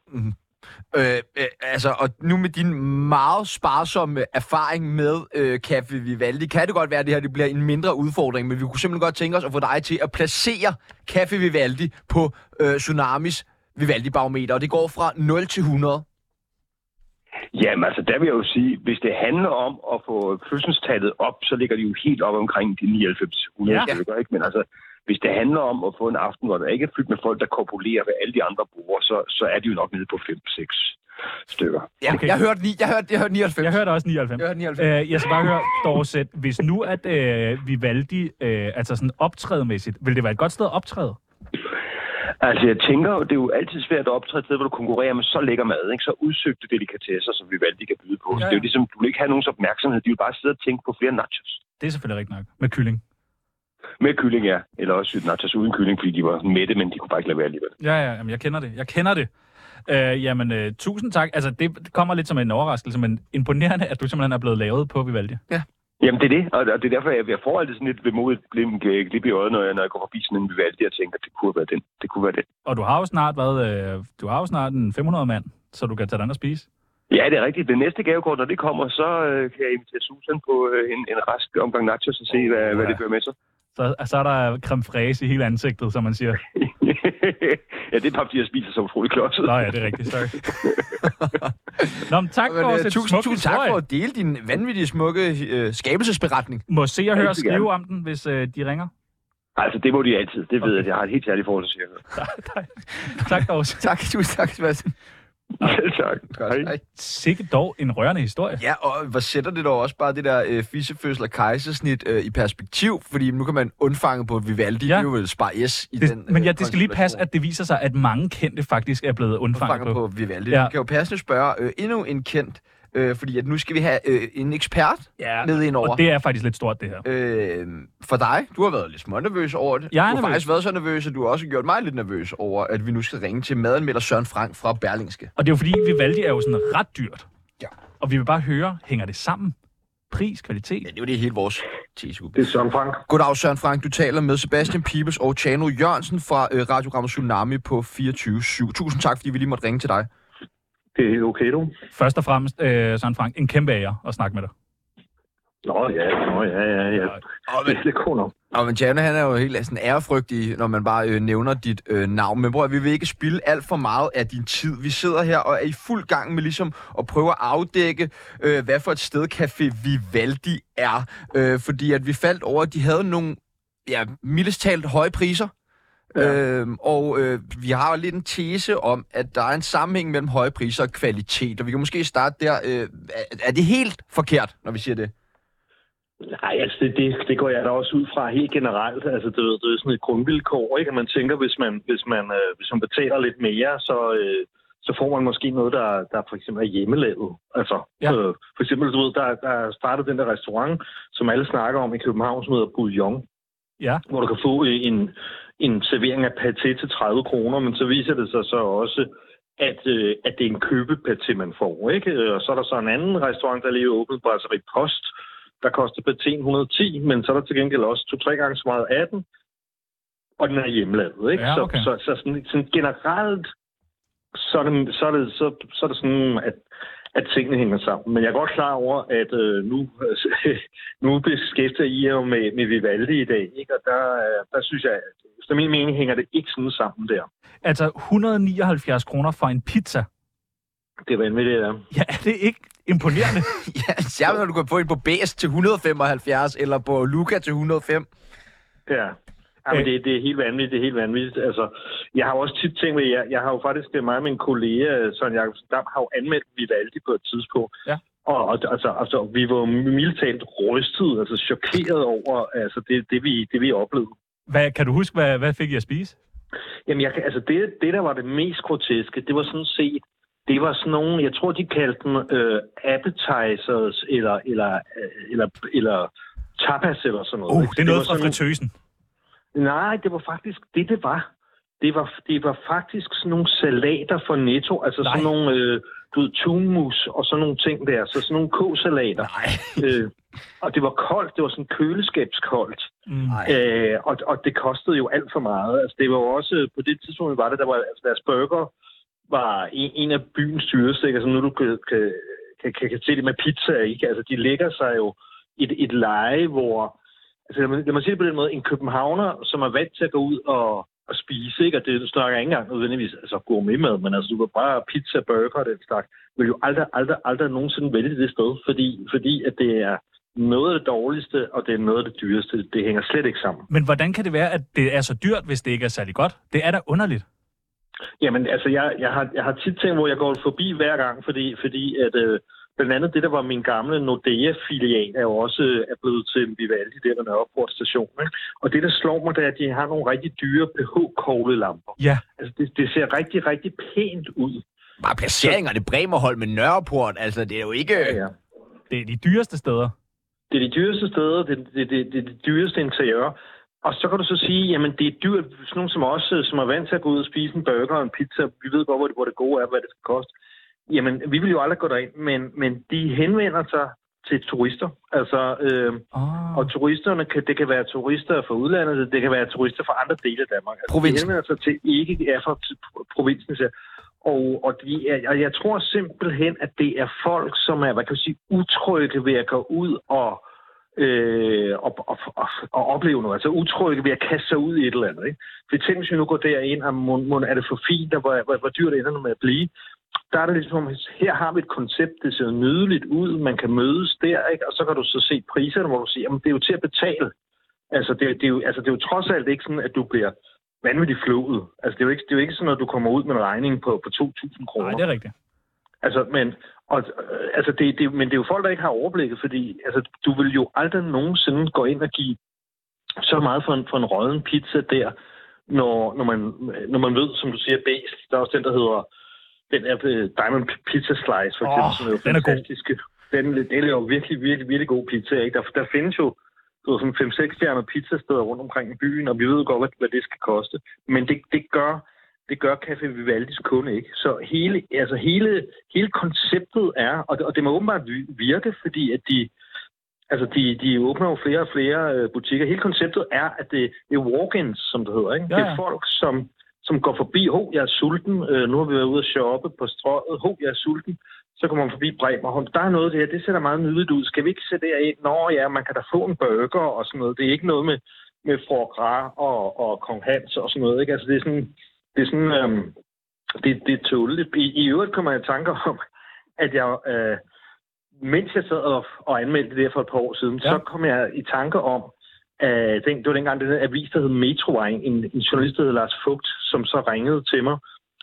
[SPEAKER 1] Øh, øh, altså, og nu med din meget sparsomme erfaring med øh, Café Vivaldi, kan det godt være, at det her det bliver en mindre udfordring, men vi kunne simpelthen godt tænke os at få dig til at placere Café Vivaldi på øh, Tsunamis Vivaldi-barometer, og det går fra 0 til 100.
[SPEAKER 7] Jamen altså, der vil jeg jo sige, hvis det handler om at få fødselstallet op, så ligger de jo helt op omkring de 99-100
[SPEAKER 2] Ja.
[SPEAKER 7] ja. stykker, ikke? Men altså, hvis det handler om at få en aften, hvor der ikke er fyldt med folk, der korpulerer, hvad alle de andre bruger, så, så er de jo nok nede på 5-6 stykker.
[SPEAKER 1] Ja,
[SPEAKER 2] Okay.
[SPEAKER 1] okay. Jeg hørte ni, jeg hørte, jeg hørte 99.
[SPEAKER 2] Jeg hørte også 99.
[SPEAKER 1] Jeg hørte 99.
[SPEAKER 2] Øh, jeg skal bare høre, Dorset, hvis nu at øh, Vivaldi, øh, altså sådan optrædemæssigt, vil det være et godt sted at optræde?
[SPEAKER 7] Altså, jeg tænker, jo, det er jo altid svært at optræde et sted, hvor du konkurrerer med så lækker mad, ikke? så udsøgte delikatesser, som vi valgte, de kan byde på. Ja, ja. Det er jo ligesom, du vil ikke have nogens opmærksomhed, de vil bare sidde og tænke på flere nachos.
[SPEAKER 2] Det er selvfølgelig rigtigt nok. Med kylling.
[SPEAKER 7] Med kylling, ja. Eller også nachos uden kylling, fordi de var mætte, men de kunne bare ikke lade være alligevel.
[SPEAKER 2] Ja, ja, jamen, jeg kender det. Jeg kender det. Øh, jamen, øh, tusind tak. Altså, det det kommer lidt som en overraskelse, men imponerende, at du simpelthen er blevet lavet på Vivaldi.
[SPEAKER 7] Jamen, det er det, og og det er derfor, jeg, jeg får altid sådan lidt vemodigt glimt- øh, glip i øjet, når jeg, når jeg går forbi sådan en Vivaldi og tænker, det kunne være den, det kunne være den.
[SPEAKER 2] Og du har jo snart været, øh, du har jo snart en 500 mand, så du kan tage den og spise.
[SPEAKER 7] Ja, det er rigtigt. Det næste gavekort, når det kommer, så øh, kan jeg invitere Susan på øh, en, en rask omgang nachos og se, hvad, ja. hvad det gør med sig.
[SPEAKER 2] Så, så er der creme fraise i hele ansigtet, som man siger.
[SPEAKER 7] ja, det er bare, fordi jeg spiser så utrolig klodset.
[SPEAKER 2] Nå ja, det er rigtigt. Sorry. Nå, men tak for
[SPEAKER 1] Men,
[SPEAKER 2] os.
[SPEAKER 1] øh, tusind, tusind tak for at dele din vanvittige, smukke øh, skabelsesberetning.
[SPEAKER 2] Må se og høre
[SPEAKER 7] Altid gerne.
[SPEAKER 2] skrive om den, hvis øh, de ringer.
[SPEAKER 7] Altså, det må de altid. Det ved okay. jeg. Jeg har et helt særligt forhold til cirkus.
[SPEAKER 2] Tak også.
[SPEAKER 1] Tak, tusind tak, Sebastian.
[SPEAKER 7] tak. Hej.
[SPEAKER 1] Hej.
[SPEAKER 2] Sikke dog en rørende historie.
[SPEAKER 1] Ja, og hvor sætter det dog også bare det der øh, fissefødsel og kejsersnit øh, i perspektiv, fordi nu kan man undfange på Vivaldi,
[SPEAKER 2] Ja.
[SPEAKER 1] ja. det er jo et spar S i den
[SPEAKER 2] Det, men ja,
[SPEAKER 1] øh,
[SPEAKER 2] det skal lige passe,
[SPEAKER 1] konstellation.
[SPEAKER 2] at det viser sig, at mange kendte faktisk er blevet undfanget
[SPEAKER 1] fanger
[SPEAKER 2] på.
[SPEAKER 1] på Vivaldi.
[SPEAKER 2] Ja.
[SPEAKER 1] Ja. Vi kan jo passende spørge øh, endnu en kendt Øh, fordi at nu skal vi have øh, en ekspert
[SPEAKER 2] ja,
[SPEAKER 1] med ind over.
[SPEAKER 2] Og det er faktisk lidt stort, det her.
[SPEAKER 1] Øh, for dig, du har været lidt smånervøs over det.
[SPEAKER 2] Jeg er
[SPEAKER 1] du har
[SPEAKER 2] nervøs.
[SPEAKER 1] faktisk været så nervøs, at du har også gjort mig lidt nervøs over, at vi nu skal ringe til madanmelder Søren Frank fra Berlingske.
[SPEAKER 2] Og det er jo fordi, Vivaldi er jo sådan ret dyrt. Ja. Og vi vil bare høre, hænger det sammen? Pris, kvalitet? Ja,
[SPEAKER 1] det er jo det hele vores tese.
[SPEAKER 7] Det er Søren Frank.
[SPEAKER 1] Goddag Søren Frank, du taler med Sebastian Pibels og Chano Jørgensen fra øh, radioprogrammet Tsunami på 24 Tusind tak, fordi vi lige måtte ringe til dig.
[SPEAKER 7] Det er helt okay, du.
[SPEAKER 2] Først og fremmest, øh, Søren Frank, en kæmpe ære at snakke med dig.
[SPEAKER 7] Nå ja, nå ja, ja, ja. Det er lidt cool nok.
[SPEAKER 1] Og men Tjerne, han er jo helt altså, sådan ærefrygtig, når man bare øh, nævner dit øh, navn. Men bror, vi vil ikke spille alt for meget af din tid. Vi sidder her og er i fuld gang med ligesom at prøve at afdække, øh, hvad for et sted Café Vivaldi er. Øh, fordi at vi faldt over, at de havde nogle, ja, mildest talt høje priser. Ja. Øhm, og øh, vi har jo lidt en tese om, at der er en sammenhæng mellem høje priser og kvalitet. Og vi kan måske starte der. Øh, er, er det helt forkert, når vi siger det?
[SPEAKER 7] Nej, altså det, det, det går jeg da også ud fra helt generelt. Altså det, det er sådan et grundvilkår, ikke? At man tænker, hvis man, hvis man, øh, hvis man betaler lidt mere, så, øh, så får man måske noget, der, der for eksempel er hjemmelavet. Altså ja. øh, for eksempel, du ved, der, der startede den der restaurant, som alle snakker om i København, som hedder Bouillon.
[SPEAKER 2] Ja.
[SPEAKER 7] hvor du kan få øh, en, en servering af paté til 30 kroner, men så viser det sig så også, at, øh, at det er en købepaté, man får. Ikke? Øh, Og så er der så en anden restaurant, der lige er åbnet, Brasserie Post, der koster patéen 110, men så er der til gengæld også to-tre gange så meget af den, og den er hjemmelavet. Ikke?
[SPEAKER 2] Ja, okay.
[SPEAKER 7] Så, så, så sådan, sådan generelt, så er det, så er det, så, så er det sådan, at at tingene hænger sammen. Men jeg er godt klar over, at øh, nu, nu beskæftiger I jer jo med, med Vivaldi i dag, ikke? og der, øh, der synes jeg, at efter min mening hænger det ikke sådan sammen der.
[SPEAKER 2] Altså 179 kroner for en pizza.
[SPEAKER 7] Det er vanvittigt, ja.
[SPEAKER 2] Ja, er det ikke imponerende?
[SPEAKER 1] ja, særligt når du kan få en på BS til 175, eller på Luca til 105.
[SPEAKER 7] Ja. Jamen, det, det er helt vanvittigt, det er helt vanvittigt. Altså, jeg har jo også tit tænkt, at jeg, jeg har jo faktisk, det er mig og min kollega, øh, Søren Jacobsen Dam, har jo anmeldt Vivaldi på et tidspunkt.
[SPEAKER 2] Ja.
[SPEAKER 7] Og, og altså, altså, vi var jo mildt talt rystet, altså chokeret over altså, det, det, vi, det, vi oplevede.
[SPEAKER 2] Hvad, kan du huske, hvad, hvad fik I at spise?
[SPEAKER 7] Jamen, jeg, kan- altså det, det, der var det mest groteske, det var sådan set, det var sådan nogle, jeg tror, de kaldte dem øh, appetizers, eller, eller, øh, eller, eller tapas, eller sådan noget.
[SPEAKER 2] Uh,
[SPEAKER 7] ikke?
[SPEAKER 2] det er noget
[SPEAKER 7] var
[SPEAKER 2] fra
[SPEAKER 7] sådan-
[SPEAKER 2] fritøsen.
[SPEAKER 7] Nej, det var faktisk det, det var. Det var, det var faktisk sådan nogle salater fra Netto, altså Nej. sådan nogle, øh, du ved, tunmus og sådan nogle ting der, så sådan nogle k-salater.
[SPEAKER 1] Nej.
[SPEAKER 7] Øh, og det var koldt, det var sådan køleskabskoldt.
[SPEAKER 2] Nej.
[SPEAKER 7] Øh, og, og det kostede jo alt for meget. Altså, det var jo også, på det tidspunkt vi var det, der var altså, deres burger var en, en af byens dyreste, ikke? Altså, nu du kan, kan, kan, kan, kan se det med pizza, ikke? Altså, de lægger sig jo et, et leje, hvor... Altså, lad mig, lad mig sige det på den måde. En københavner, som er vant til at gå ud og, og spise, ikke? Og det snakker jeg ikke engang nødvendigvis altså gourmetmad, men altså, du kan bare pizza, burger og den slags, vil jo aldrig, aldrig, aldrig nogensinde vælge det sted, fordi, fordi at det er noget af det dårligste, og det er noget af det dyreste. Det hænger slet ikke sammen.
[SPEAKER 2] Men hvordan kan det være, at det er så dyrt, hvis det ikke er særlig godt? Det er da underligt.
[SPEAKER 7] Jamen, altså, jeg, jeg, har, jeg har tit ting, hvor jeg går forbi hver gang, fordi, fordi at, øh, blandt andet det, der var min gamle Nordea-filial, er jo også øh, er blevet til Vivaldi, der ved Nørreport station. Ikke? Og det, der slår mig, det er, at de har nogle rigtig dyre pH-koglelamper.
[SPEAKER 2] Ja.
[SPEAKER 7] Altså, det, det ser rigtig, rigtig pænt ud.
[SPEAKER 1] Bare placeringerne, Bremerhold med Nørreport, altså det er jo ikke... Ja,
[SPEAKER 7] ja.
[SPEAKER 2] Det er de dyreste steder.
[SPEAKER 7] Det er de dyreste steder, det er det, det, det, er det dyreste interiør. Og så kan du så sige, jamen det er dyrt, sådan nogen som os, øh, som er vant til at gå ud og spise en burger og en pizza, vi ved godt, hvor det, hvor det gode er, hvad det skal koste. Jamen, vi vil jo aldrig gå derind, men, men de henvender sig til turister. Altså, øh,
[SPEAKER 2] oh.
[SPEAKER 7] og turisterne, kan, det kan være turister fra udlandet, det kan være turister fra andre dele af Danmark. Altså,
[SPEAKER 1] Provinsen.
[SPEAKER 7] De henvender sig til ikke er fra t- provinsen. siger jeg. Og, og, de er, og jeg tror simpelthen, at det er folk, som er, hvad kan jeg sige, utrygge ved at gå ud og øh, og, og, og, og opleve noget. Altså utrygge ved at kaste sig ud i et eller andet. Ikke? For eksempel, hvis vi nu går derind, og må, må, er det for fint, og hvor, hvor, hvor dyrt ender det med at blive? Der er det ligesom, her har vi et koncept, det ser nydeligt ud, man kan mødes der, ikke? og så kan du så se priserne, hvor du siger, jamen det er jo til at betale. Altså det, er- det, er jo, altså det er jo trods alt ikke sådan, at du bliver vanvittigt flået. Altså det er jo ikke, det er jo ikke sådan, at du kommer ud med en regning på, på 2.000 kroner.
[SPEAKER 2] Nej, det er rigtigt.
[SPEAKER 7] Altså, men, og, øh, altså det, det, men det er jo folk, der ikke har overblikket, fordi altså, du vil jo aldrig nogensinde gå ind og give så meget for en, for en rødden pizza der, når, når, man, når man ved, som du siger, bedst. Der er også den, der hedder,
[SPEAKER 9] den her øh, Diamond Pizza Slice, for eksempel,
[SPEAKER 2] Åh,
[SPEAKER 9] som er jo
[SPEAKER 2] den er god.
[SPEAKER 9] fantastisk. Den, den er jo virkelig, virkelig, virkelig god pizza. Ikke? Der, der findes jo du ved, sådan 5-6 stjerner pizzasteder rundt omkring i byen, og vi ved jo godt, hvad, hvad det skal koste. Men det, det gør det gør Café Vivaldis kunde ikke. Så hele, altså hele, hele konceptet er, og det, og det må åbenbart vi- virke, fordi at de, altså de, de åbner jo flere og flere øh, butikker. Hele konceptet er, at det, det er walk-ins, som det hedder. Ikke?
[SPEAKER 2] Ja,
[SPEAKER 9] Ja, ja. Det
[SPEAKER 2] ja.
[SPEAKER 9] er folk, som, som går forbi, hov, jeg er sulten, øh, nu har vi været ude at shoppe på strøget, hov, jeg er sulten, så kommer man forbi Bremer, hov, der er noget af det her, det ser da meget nydeligt ud, skal vi ikke sætte det ind? Nå ja, man kan da få en burger og sådan noget, det er ikke noget med, med foie gras og, og kong Hans og sådan noget, ikke? Altså det er sådan, det er sådan, øhm, det, det er tåleligt. I, I øvrigt kommer jeg i tanker om, at jeg, øh, mens jeg sad og, og anmeldte det her for et par år siden, ja. så kom jeg i tanker om, at den, det var dengang, den her avis, der hed Metro, var en, en en journalist, der hed Lars Fugt, som så ringede til mig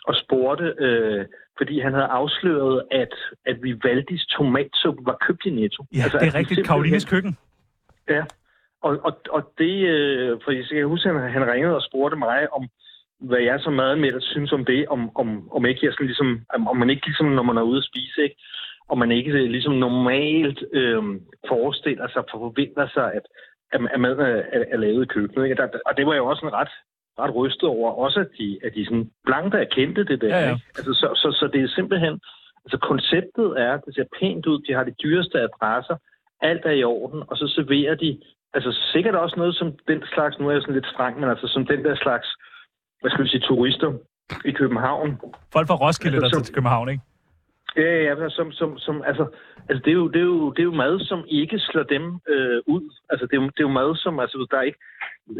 [SPEAKER 9] og spurgte, øh, fordi han havde afsløret, at, at Vivaldis tomatsuppe var købt i Netto.
[SPEAKER 2] Ja, det
[SPEAKER 9] at
[SPEAKER 2] er
[SPEAKER 9] den
[SPEAKER 2] rigtigt.
[SPEAKER 9] Altså, simpelthen-
[SPEAKER 2] Karolines køkken.
[SPEAKER 9] Ja, og, og, og det, øh, for jeg kan huske, at han ringede og spurgte mig om, hvad jeg som madanmelder synes om det, om, om, om ikke jeg sådan ligesom, om, om man ikke ligesom, når man er ude at spise, ikke? om man ikke øh, ligesom normalt øh, forestiller sig, forventer sig, at, at, at maden er, er, er lavet i køkkenet. Ikke? Og Der, og det var jeg jo også en ret, ret rystet over, også at de, at de sådan blankt erkendte det der.
[SPEAKER 2] Ja, ja.
[SPEAKER 9] Ikke? Altså, så, så, så det er simpelthen, altså konceptet er, det ser pænt ud, de har de dyreste adresser, alt er i orden, og så serverer de, altså sikkert også noget som den slags, nu er jeg sådan lidt streng, men altså som den der slags, hvad skal vi sige, turister i København,
[SPEAKER 2] Folk fra Roskilde, der tager til København, ikke?
[SPEAKER 9] Ja, ja, ja, som, som, som, altså, altså det, er jo, det, er jo, det er jo mad, som ikke slår dem øh, ud. Altså, det er, jo, det er jo mad, som, altså, der er ikke,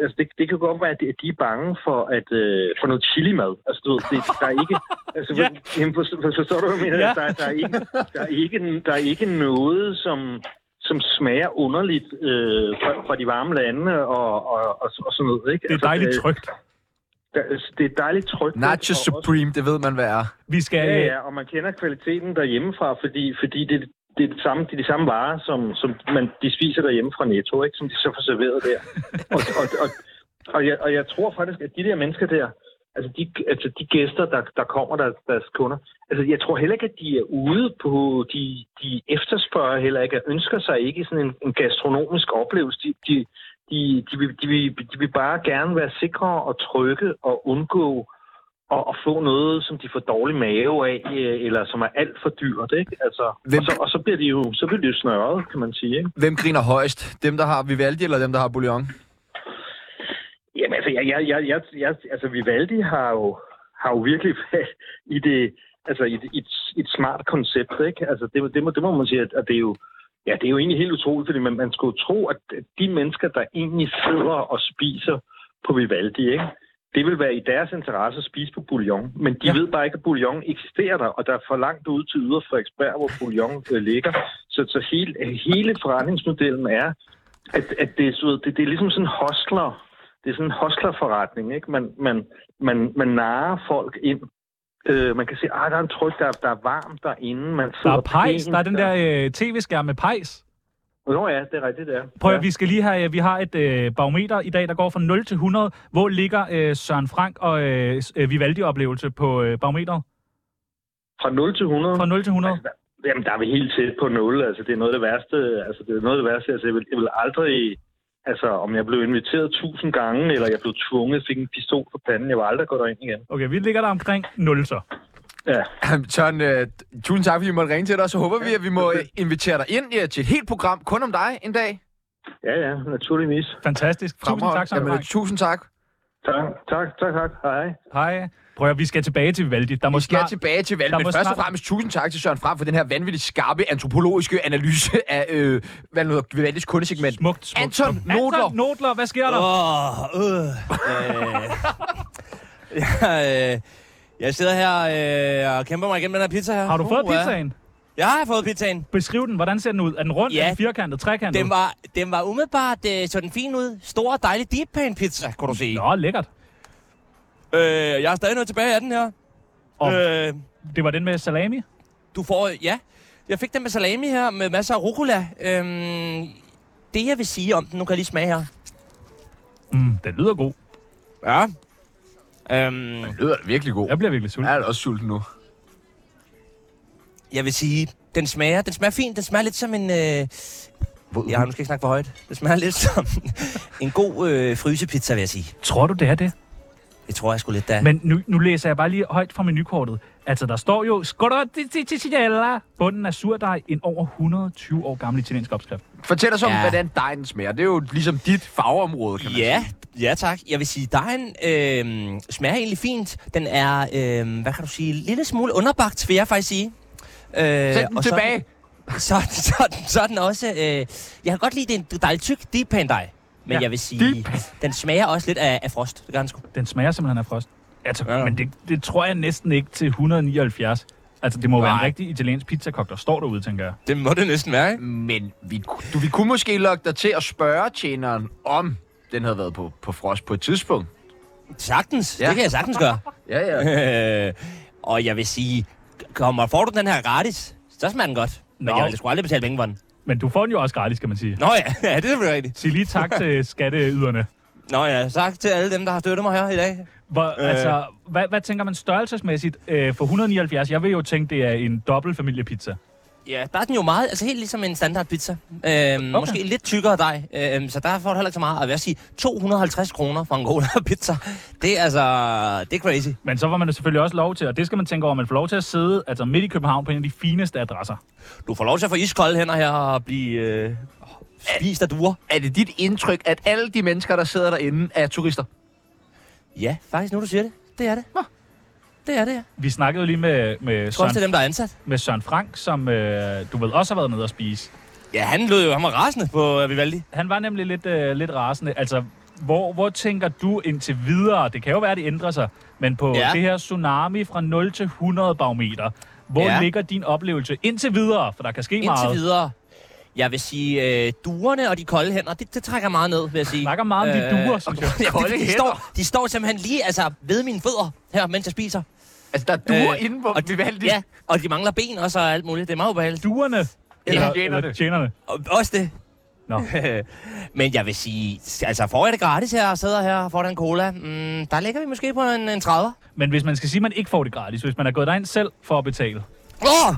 [SPEAKER 9] altså, det, det kan godt være, at de- at de er bange for, at, øh, for noget chili-mad. Altså, du ved, det, der er ikke, altså,
[SPEAKER 2] Ja.
[SPEAKER 9] ja. jamen, forstår, forstår du, hvad jeg mener?
[SPEAKER 2] Ja.
[SPEAKER 9] Ja. Der, der, er ikke, der, er ikke, der er ikke noget, som, som smager underligt øh, fra, fra de varme lande og, og, og, og sådan noget, ikke?
[SPEAKER 2] Det er dejligt
[SPEAKER 9] øh,
[SPEAKER 2] trygt.
[SPEAKER 9] Der, altså, det er dejligt trygt.
[SPEAKER 1] Nacho
[SPEAKER 9] ikke? Og også-
[SPEAKER 1] Supreme, det ved man, hvad er.
[SPEAKER 2] Vi skal... øh,
[SPEAKER 9] Ja, ja, og man kender kvaliteten derhjemmefra, fordi, fordi det, det, er det samme, det er de samme varer, som, som man, de spiser derhjemme fra Netto, ikke? som de så får serveret der. Og, og, og, og, jeg, og jeg tror faktisk, at de der mennesker der, altså de, altså de gæster, der, der kommer, der, deres kunder, altså jeg tror heller ikke, at de er ude på, de, de efterspørger heller ikke, og ønsker sig ikke sådan en, en gastronomisk oplevelse. De, de, de, de, vil, de, vil, de vil bare gerne være sikre og trygge og undgå øh, og, og få noget, som de får dårlig mave af, øh, eller som er alt for dyrt, ikke? Altså, og, så, og så bliver de jo så bliver de jo snørret, kan man sige, ikke?
[SPEAKER 1] Hvem griner højst? Dem, der har Vivaldi, eller dem, der har Bouillon?
[SPEAKER 9] Jamen, altså, jeg, jeg, jeg, jeg, jeg, altså Vivaldi har jo, har jo virkelig været i det, altså i, det- i et, et smart koncept, ikke? Altså, det, må- det, må, det må man sige, at, at det er jo, ja, det er jo egentlig helt utroligt, fordi man, man skulle jo tro, at de mennesker, der egentlig sidder og spiser på Vivaldi, ikke? Det vil være i deres interesse at spise på bouillon, men de ja. ved bare ikke, at bouillon eksisterer der, og der er for langt ude til yder Frederiksberg, hvor bouillon øh, ligger. Så, så hele, hele forretningsmodellen er, at, at det, er, så, det, det er ligesom sådan en hostler, det er sådan en hostlerforretning, ikke? Man, man, man, man narer folk ind. Øh, man kan se, at der er en tryk, der, er- der er varmt derinde. Man
[SPEAKER 2] Der er
[SPEAKER 9] sidder
[SPEAKER 2] pejs.
[SPEAKER 9] pænt,
[SPEAKER 2] Der er den der øh, tv-skærm med pejs.
[SPEAKER 9] Nå ja, det er rigtigt, det er.
[SPEAKER 2] Prøv
[SPEAKER 9] ja.
[SPEAKER 2] at, vi skal lige have, vi har et øh, barometer i dag, der går fra 0 til 100. Hvor ligger øh, Søren Frank og øh, s- øh, Vivaldi-oplevelse på øh, barometeret?
[SPEAKER 9] Fra 0 til 100?
[SPEAKER 2] Fra 0 til 100?
[SPEAKER 9] Jamen, der er vi helt tæt på 0. Altså, det er noget af det værste. Altså, det er noget af det værste. Altså, jeg vil, jeg vil aldrig... Altså, om jeg blev inviteret tusind gange, eller jeg blev tvunget, fik en pistol på panden, jeg vil aldrig gå derind igen.
[SPEAKER 2] Okay, vi ligger der omkring 0 så.
[SPEAKER 9] Ja.
[SPEAKER 1] Tørn, øh, tusind tak, fordi I måtte ringe til dig, og så håber vi, at vi må øh, invitere dig ind ja, til et helt program kun om dig en dag.
[SPEAKER 9] Ja, ja, naturligvis.
[SPEAKER 2] Fantastisk. Tusind
[SPEAKER 1] Fremragende.
[SPEAKER 2] tak, Søren
[SPEAKER 1] Jamen,
[SPEAKER 2] Frank.
[SPEAKER 1] Tusind tak.
[SPEAKER 9] Tak, tak, tak, tak. Hej.
[SPEAKER 2] Hej. Prøv at, vi skal tilbage til Vivaldi. Der må
[SPEAKER 1] Vi skal
[SPEAKER 2] snart...
[SPEAKER 1] tilbage til valget,
[SPEAKER 2] der
[SPEAKER 1] men
[SPEAKER 2] må
[SPEAKER 1] først og
[SPEAKER 2] snart-
[SPEAKER 1] fremmest tusind tak til Søren Frem for den her vanvittigt skarpe antropologiske analyse af, øh, hvad nu hedder, Vivaldis kundesegment.
[SPEAKER 2] Smukt, smukt,
[SPEAKER 1] Anton
[SPEAKER 2] smukt.
[SPEAKER 1] Nodler.
[SPEAKER 2] Anton Nodler, hvad sker der?
[SPEAKER 6] Åh, øh. Øh. Jeg, øh, jeg sidder her øh, og kæmper mig igennem den her pizza her.
[SPEAKER 2] Har du fået
[SPEAKER 6] Puha.
[SPEAKER 2] pizzaen?
[SPEAKER 6] Jeg har fået pizzaen.
[SPEAKER 2] Beskriv den. Hvordan ser den ud? Er den rund?
[SPEAKER 6] Ja.
[SPEAKER 2] Er den firkantet? Trekantet?
[SPEAKER 6] Den var, den var umiddelbart øh, så den fin ud. Stor, dejlig deep pan pizza, kunne du sige.
[SPEAKER 2] Nå, lækkert.
[SPEAKER 6] Øh, jeg er stadig noget tilbage af den her.
[SPEAKER 2] Og
[SPEAKER 6] Øh,
[SPEAKER 2] det var den med salami?
[SPEAKER 6] du får, ja. Jeg fik den med salami her, med masser af rucola. Øhm, det, jeg vil sige om den, nu kan jeg lige smage her.
[SPEAKER 2] Mm, den lyder god.
[SPEAKER 6] Ja. Øhm,
[SPEAKER 1] Det lyder virkelig god.
[SPEAKER 2] Jeg bliver virkelig sulten.
[SPEAKER 1] Jeg er da også sulten nu.
[SPEAKER 6] Jeg vil sige, den smager, den smager fint. Den smager lidt som en... Øh, ja, nu skal jeg ikke snakke for højt. Den smager lidt som en god øh, frysepizza, vil jeg sige.
[SPEAKER 2] Tror du, det er det?
[SPEAKER 6] Det tror jeg sgu lidt, der.
[SPEAKER 2] Men nu, nu læser jeg bare lige højt fra menukortet. Altså, der står jo... "Scorottiticiciella". Bunden af surdej, en over 120 år gammel italiensk opskrift.
[SPEAKER 1] Fortæl os om,
[SPEAKER 2] Ja.
[SPEAKER 1] ja. hvordan dejen smager. Det er jo ligesom dit fagområde, kan man
[SPEAKER 6] Ja,
[SPEAKER 1] sige.
[SPEAKER 6] ja tak. Jeg vil sige, dejen øh, smager egentlig fint. Den er, øh, hvad kan du sige, en lille smule underbagt, vil jeg faktisk sige. Øh,
[SPEAKER 1] Sæt den
[SPEAKER 6] og så-
[SPEAKER 1] tilbage.
[SPEAKER 6] Så, så, så, er den- så er den også... Øh, jeg kan godt lide, det er en dejlig tyk deep pan dej. Men ja, jeg vil sige, den smager også lidt af, af frost. Det gør den sgu.
[SPEAKER 2] Den smager simpelthen af frost. Altså, ja. men det, det tror jeg næsten ikke til 179. Altså, det må Nej. være en
[SPEAKER 1] Nej.
[SPEAKER 2] rigtig italiensk pizzakok, der står derude, tænker jeg.
[SPEAKER 6] Det må det næsten være, ikke?
[SPEAKER 1] Men vi, du, vi kunne måske lokke dig til at spørge tjeneren, om den havde været på, på frost på et tidspunkt.
[SPEAKER 6] Sagtens. Ja. Det kan jeg sagtens gøre.
[SPEAKER 1] ja,
[SPEAKER 6] ja. Øh, og jeg vil sige, kommer, får du den her gratis, så smager den godt. Men
[SPEAKER 2] Nå.
[SPEAKER 6] jeg vil sgu aldrig betale penge for den.
[SPEAKER 2] Men du får den jo også gratis, kan man sige.
[SPEAKER 6] Nå ja, ja det er selvfølgelig rigtigt.
[SPEAKER 2] Sig lige tak til skatteyderne.
[SPEAKER 6] Nå ja, tak til alle dem, der har støttet mig her i dag.
[SPEAKER 2] Hvor,
[SPEAKER 6] Øh.
[SPEAKER 2] øh. altså, hvad, hvad tænker man størrelsesmæssigt øh, for 179? Jeg vil jo tænke, det er en dobbelt familiepizza.
[SPEAKER 6] Ja, der er den jo meget, altså helt ligesom en standard pizza. Øhm, okay. Måske lidt tykkere dej, øhm, så der får du heller ikke så meget. Og jeg vil sige, 250 kroner for en god pizza, det er altså, det er crazy.
[SPEAKER 2] Men så får man det selvfølgelig også lov til, og det skal man tænke over, man får lov til at sidde altså midt i København på en af de fineste adresser.
[SPEAKER 6] Du får lov til at få iskolde hænder her og blive øh, spist af duer.
[SPEAKER 1] Er det dit indtryk, at alle de mennesker, der sidder derinde, er turister?
[SPEAKER 6] Ja, faktisk nu du siger det. Det er det. Nå. Det er det, ja.
[SPEAKER 2] Vi snakkede jo lige med, med,
[SPEAKER 6] Tror også, det er dem, der er ansat.
[SPEAKER 2] med Søren Frank, som øh, du ved også har været nede og spise.
[SPEAKER 6] Ja, han lød jo, han var rasende på øh, Vivaldi.
[SPEAKER 2] Han var nemlig lidt, øh, lidt rasende. Altså, hvor, hvor tænker du indtil videre? Det kan jo være, at det ændrer sig. Men på
[SPEAKER 6] Ja.
[SPEAKER 2] ja. det her tsunami fra 0 til 100 barometer, hvor
[SPEAKER 6] Ja.
[SPEAKER 2] ja. ligger din oplevelse indtil videre? For der kan ske meget.
[SPEAKER 6] Indtil videre. Jeg vil sige, øh, duerne og de kolde hænder, det, det trækker meget ned, vil jeg sige. Øh,
[SPEAKER 2] snakker meget om de duer, synes jeg.
[SPEAKER 6] ja,
[SPEAKER 2] Kolde
[SPEAKER 6] de, de,
[SPEAKER 2] hænder.
[SPEAKER 6] står, de står simpelthen lige altså, ved mine fødder her, mens jeg spiser. Øh,
[SPEAKER 1] Altså, der er duer inde på
[SPEAKER 6] og de,
[SPEAKER 1] Vivaldi?
[SPEAKER 6] Ja, og de mangler ben også og alt muligt. Det er meget ubehageligt.
[SPEAKER 2] Duerne? Eller
[SPEAKER 6] Eller,
[SPEAKER 2] tjenerne. tjenerne.
[SPEAKER 6] Og, også det.
[SPEAKER 2] Nå.
[SPEAKER 6] Men jeg vil sige, altså får jeg det gratis her og sidder her og får der en cola, mm, der ligger vi måske på en, en 30.
[SPEAKER 2] Men hvis man skal sige, at man ikke får det gratis, hvis man er gået derind selv for at betale.
[SPEAKER 6] Åh! Åh!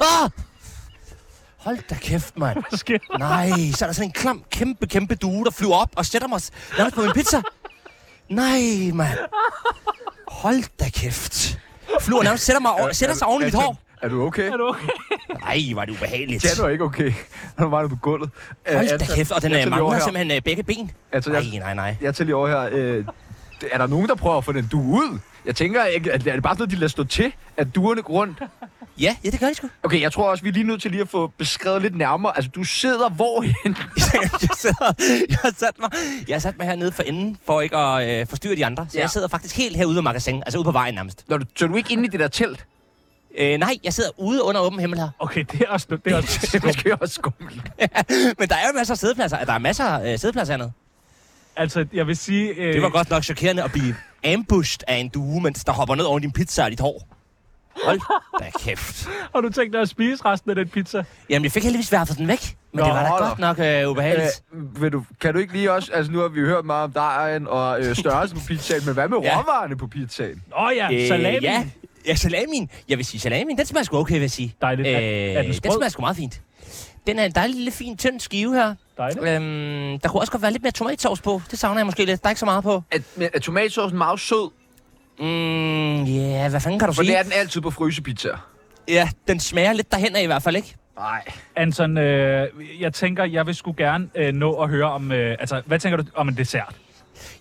[SPEAKER 6] Åh! Hold da kæft, mand.
[SPEAKER 2] Hvad sker der?
[SPEAKER 6] Nej, så er der sådan en klam, kæmpe, kæmpe due, der flyver op og sætter mig s- nærmest på min pizza. Nej, mand. Hold da kæft. Flyver nærmest sætter, mig,
[SPEAKER 1] Altså,
[SPEAKER 6] over- sætter sig oven i mit hår.
[SPEAKER 1] Er du okay?
[SPEAKER 2] Er du okay?
[SPEAKER 6] Nej, var det ubehageligt.
[SPEAKER 1] Ja, du er ikke okay. Nu var du på gulvet. Øh,
[SPEAKER 6] Hold da
[SPEAKER 1] Anton,
[SPEAKER 6] kæft, og den
[SPEAKER 1] jeg
[SPEAKER 6] øh,
[SPEAKER 1] tager lige over
[SPEAKER 6] mangler
[SPEAKER 1] her.
[SPEAKER 6] simpelthen øh, begge ben.
[SPEAKER 1] Altså, jeg,
[SPEAKER 6] Nej, nej, nej.
[SPEAKER 1] Jeg tager lige over her. Øh, er der nogen, der prøver at få den due ud? Jeg tænker, ikke, at er det bare sådan noget, de lader stå til, at duerne går rundt?
[SPEAKER 6] Ja, ja, det gør de sgu.
[SPEAKER 1] Okay, jeg tror også, vi er lige nødt til lige at få beskrevet lidt nærmere. Altså, du sidder hvorhen?
[SPEAKER 6] jeg, sidder, jeg, satte mig, jeg satte mig hernede for enden, for ikke at øh, forstyrre de andre. Så ja.
[SPEAKER 1] Ja.
[SPEAKER 6] jeg sidder faktisk helt herude af magasin, altså ude på vejen nærmest.
[SPEAKER 1] Når du, så du ikke inde i det der telt?
[SPEAKER 6] Øh, nej, jeg sidder ude under åben himmel her.
[SPEAKER 2] Okay, det er også... Det er også
[SPEAKER 1] Det er måske også skummelt.
[SPEAKER 6] Men der er jo masser af sædepladser. Der er masser af øh, sædepladser hernede.
[SPEAKER 2] altså, jeg vil sige... Øh,
[SPEAKER 6] Det var godt nok chokerende at blive ambushed af en due, mens der hopper ned over din pizza og dit hår. Hold da kæft.
[SPEAKER 2] Har du tænkt dig at spise resten af den pizza?
[SPEAKER 6] Jamen, jeg fik heldigvis værfet den væk. Men
[SPEAKER 1] Nå,
[SPEAKER 6] det var da
[SPEAKER 1] hold
[SPEAKER 6] godt nok øh, ubehageligt.
[SPEAKER 1] Øh, vil du, kan du ikke lige også... Altså, nu har vi jo hørt meget om dejen og øh, størrelsen på pizzaen, men hvad med
[SPEAKER 6] Ja.
[SPEAKER 1] råvarerne på pizzaen?
[SPEAKER 2] Åh oh, ja, øh, salami.
[SPEAKER 6] Ja, ja, salamin. Jeg vil sige, salamin, den smager sgu okay, vil jeg sige. Øh,
[SPEAKER 2] Dejligt. Er- er den
[SPEAKER 6] den
[SPEAKER 2] sprød?
[SPEAKER 6] smager sgu meget fint. Den er en dejlig lille fin, tynd skive her.
[SPEAKER 2] Dejligt.
[SPEAKER 6] Øhm, der kunne også godt være lidt mere tomatsovs på. Det savner jeg måske lidt. Der er ikke så meget på.
[SPEAKER 1] Er, men er tomatsaucen meget sød?
[SPEAKER 6] Mm, ja, hvad fanden kan du
[SPEAKER 1] For det
[SPEAKER 6] sige?
[SPEAKER 1] er den altid på frysepizzaer.
[SPEAKER 6] Ja, den smager lidt derhen af i hvert fald, ikke?
[SPEAKER 1] Nej.
[SPEAKER 2] Anton, øh, jeg tænker, jeg vil sgu gerne øh, nå at høre om... Øh, altså, hvad tænker du om en dessert?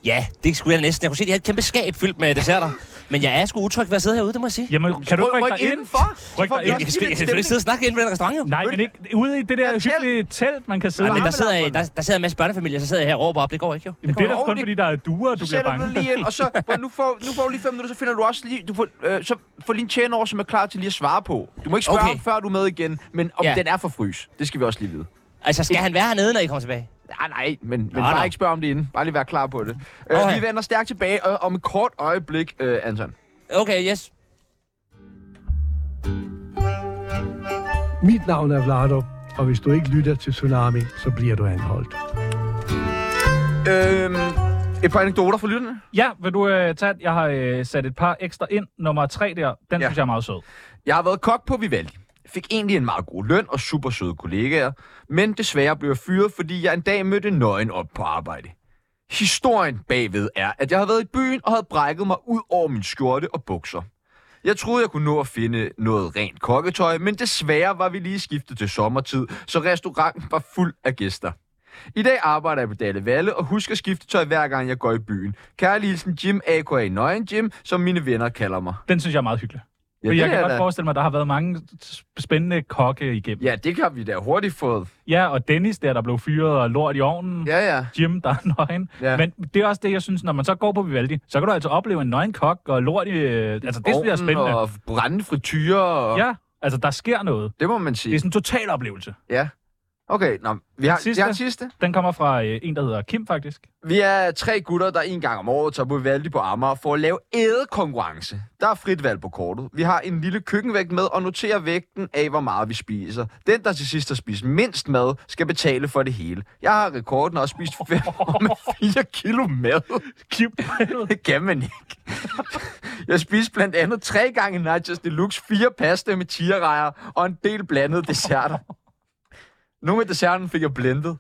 [SPEAKER 6] Ja, det skulle jeg næsten. Jeg kunne se, at de havde et kæmpe skab fyldt med desserter. Men jeg er sgu utryg ved at sidde herude, det må jeg sige.
[SPEAKER 2] Jamen, kan du
[SPEAKER 1] Ryk,
[SPEAKER 2] ikke
[SPEAKER 1] ryk
[SPEAKER 2] rykke dig ind?
[SPEAKER 1] indenfor.
[SPEAKER 2] Ryk dig
[SPEAKER 6] Jeg, jeg,
[SPEAKER 2] ind.
[SPEAKER 6] jeg, jeg, jeg, jeg, jeg sidde og snakke inde ved en restaurant, jo. Nej,
[SPEAKER 2] Nej, men ikke ude i det der hyggelige telt, man kan sidde
[SPEAKER 6] men
[SPEAKER 2] i.
[SPEAKER 6] der sidder, der, der sidder en masse børnefamilier, så sidder jeg her og råber op. Det går ikke, jo.
[SPEAKER 2] Jamen, det er da
[SPEAKER 1] Åh,
[SPEAKER 2] kun,
[SPEAKER 1] det-
[SPEAKER 2] fordi der er duer, og du
[SPEAKER 1] Du
[SPEAKER 2] bliver
[SPEAKER 1] sætter dig
[SPEAKER 2] bange.
[SPEAKER 1] lige ind, og så, hvor nu, får, nu får du lige fem minutter, så finder du også lige, du får, øh, så får lige en tjener over, som er klar til lige at svare på. Du må ikke spørge
[SPEAKER 6] Okay.
[SPEAKER 1] okay. før du er med igen, men om
[SPEAKER 6] Ja.
[SPEAKER 1] ja. den er for frys. Det skal vi også lige vide.
[SPEAKER 6] Altså, skal han være hernede, når I kommer tilbage?
[SPEAKER 1] Nej, Ah, nej, men, men
[SPEAKER 6] Nå,
[SPEAKER 1] bare
[SPEAKER 6] nå.
[SPEAKER 1] ikke spørge om det inden. Bare lige være klar på det. Øh,
[SPEAKER 6] Okay.
[SPEAKER 1] Vi vender stærkt tilbage øh, om et kort øjeblik, øh, Anton.
[SPEAKER 6] Okay, yes.
[SPEAKER 10] Mit navn er Vlado, og hvis du ikke lytter til Tsunami, så bliver du anholdt.
[SPEAKER 1] Øh, et par anekdoter for lytterne.
[SPEAKER 2] Ja, vil du øh, tage den? Jeg har øh, sat et par ekstra ind. Nummer tre der, den ja.
[SPEAKER 1] Ja.
[SPEAKER 2] synes jeg er meget sød.
[SPEAKER 1] Jeg har været kok på Vivaldi. Fik egentlig en meget god løn og super søde kollegaer, men desværre blev jeg fyret, fordi jeg en dag mødte nøgen op på arbejde. Historien bagved er, at jeg havde været i byen og havde brækket mig ud over min skjorte og bukser. Jeg troede, jeg kunne nå at finde noget rent kokketøj, men desværre var vi lige skiftet til sommertid, så restauranten var fuld af gæster. I dag arbejder jeg på Dalle Valle og husker at skifte tøj hver gang jeg går i byen. Kærlig hilsen Jim, a.k.a. Nøgen Jim, som mine venner kalder mig.
[SPEAKER 2] Den synes jeg er meget hyggelig.
[SPEAKER 1] Ja,
[SPEAKER 2] Ja,
[SPEAKER 1] det
[SPEAKER 2] jeg kan
[SPEAKER 1] er
[SPEAKER 2] godt
[SPEAKER 1] da-
[SPEAKER 2] forestille mig, at der har været mange s- spændende kokke igennem.
[SPEAKER 1] Ja, det har vi da hurtigt fået.
[SPEAKER 2] Ja, og Dennis der, der blev fyret og lort i ovnen.
[SPEAKER 1] Ja, ja.
[SPEAKER 2] Jim, der er nøgen.
[SPEAKER 1] Ja.
[SPEAKER 2] Ja. Men det er også det, jeg synes, når man så går på Vivaldi, så kan du altså opleve en nøgen kok og lort i... øh, Altså, det bliver
[SPEAKER 1] Ovnen
[SPEAKER 2] spændende.
[SPEAKER 1] og brænde frityrer. Og...
[SPEAKER 2] Ja, altså, der sker noget.
[SPEAKER 1] Det må man sige.
[SPEAKER 2] Det er sådan en total oplevelse.
[SPEAKER 1] Ja. Okay, nå, vi har, sidste. Vi har en sidste.
[SPEAKER 2] Den kommer fra øh, en, der hedder Kim, faktisk.
[SPEAKER 1] Vi er tre gutter, der en gang om året tager på Valdi på Amager for at lave ædekonkurrence. Der er frit valg på kortet. Vi har en lille køkkenvægt med og noterer vægten af, hvor meget vi spiser. Den, der til sidst har spist mindst mad, skal betale for det hele. Jeg har rekorden og har spist 5,4 kilo mad.
[SPEAKER 2] Kim,
[SPEAKER 1] det kan man ikke. Jeg spiste blandt andet tre gange nachos deluxe, fire pasta med tigerrejer og en del blandede desserter. Nogle af desserten fik jeg blendet.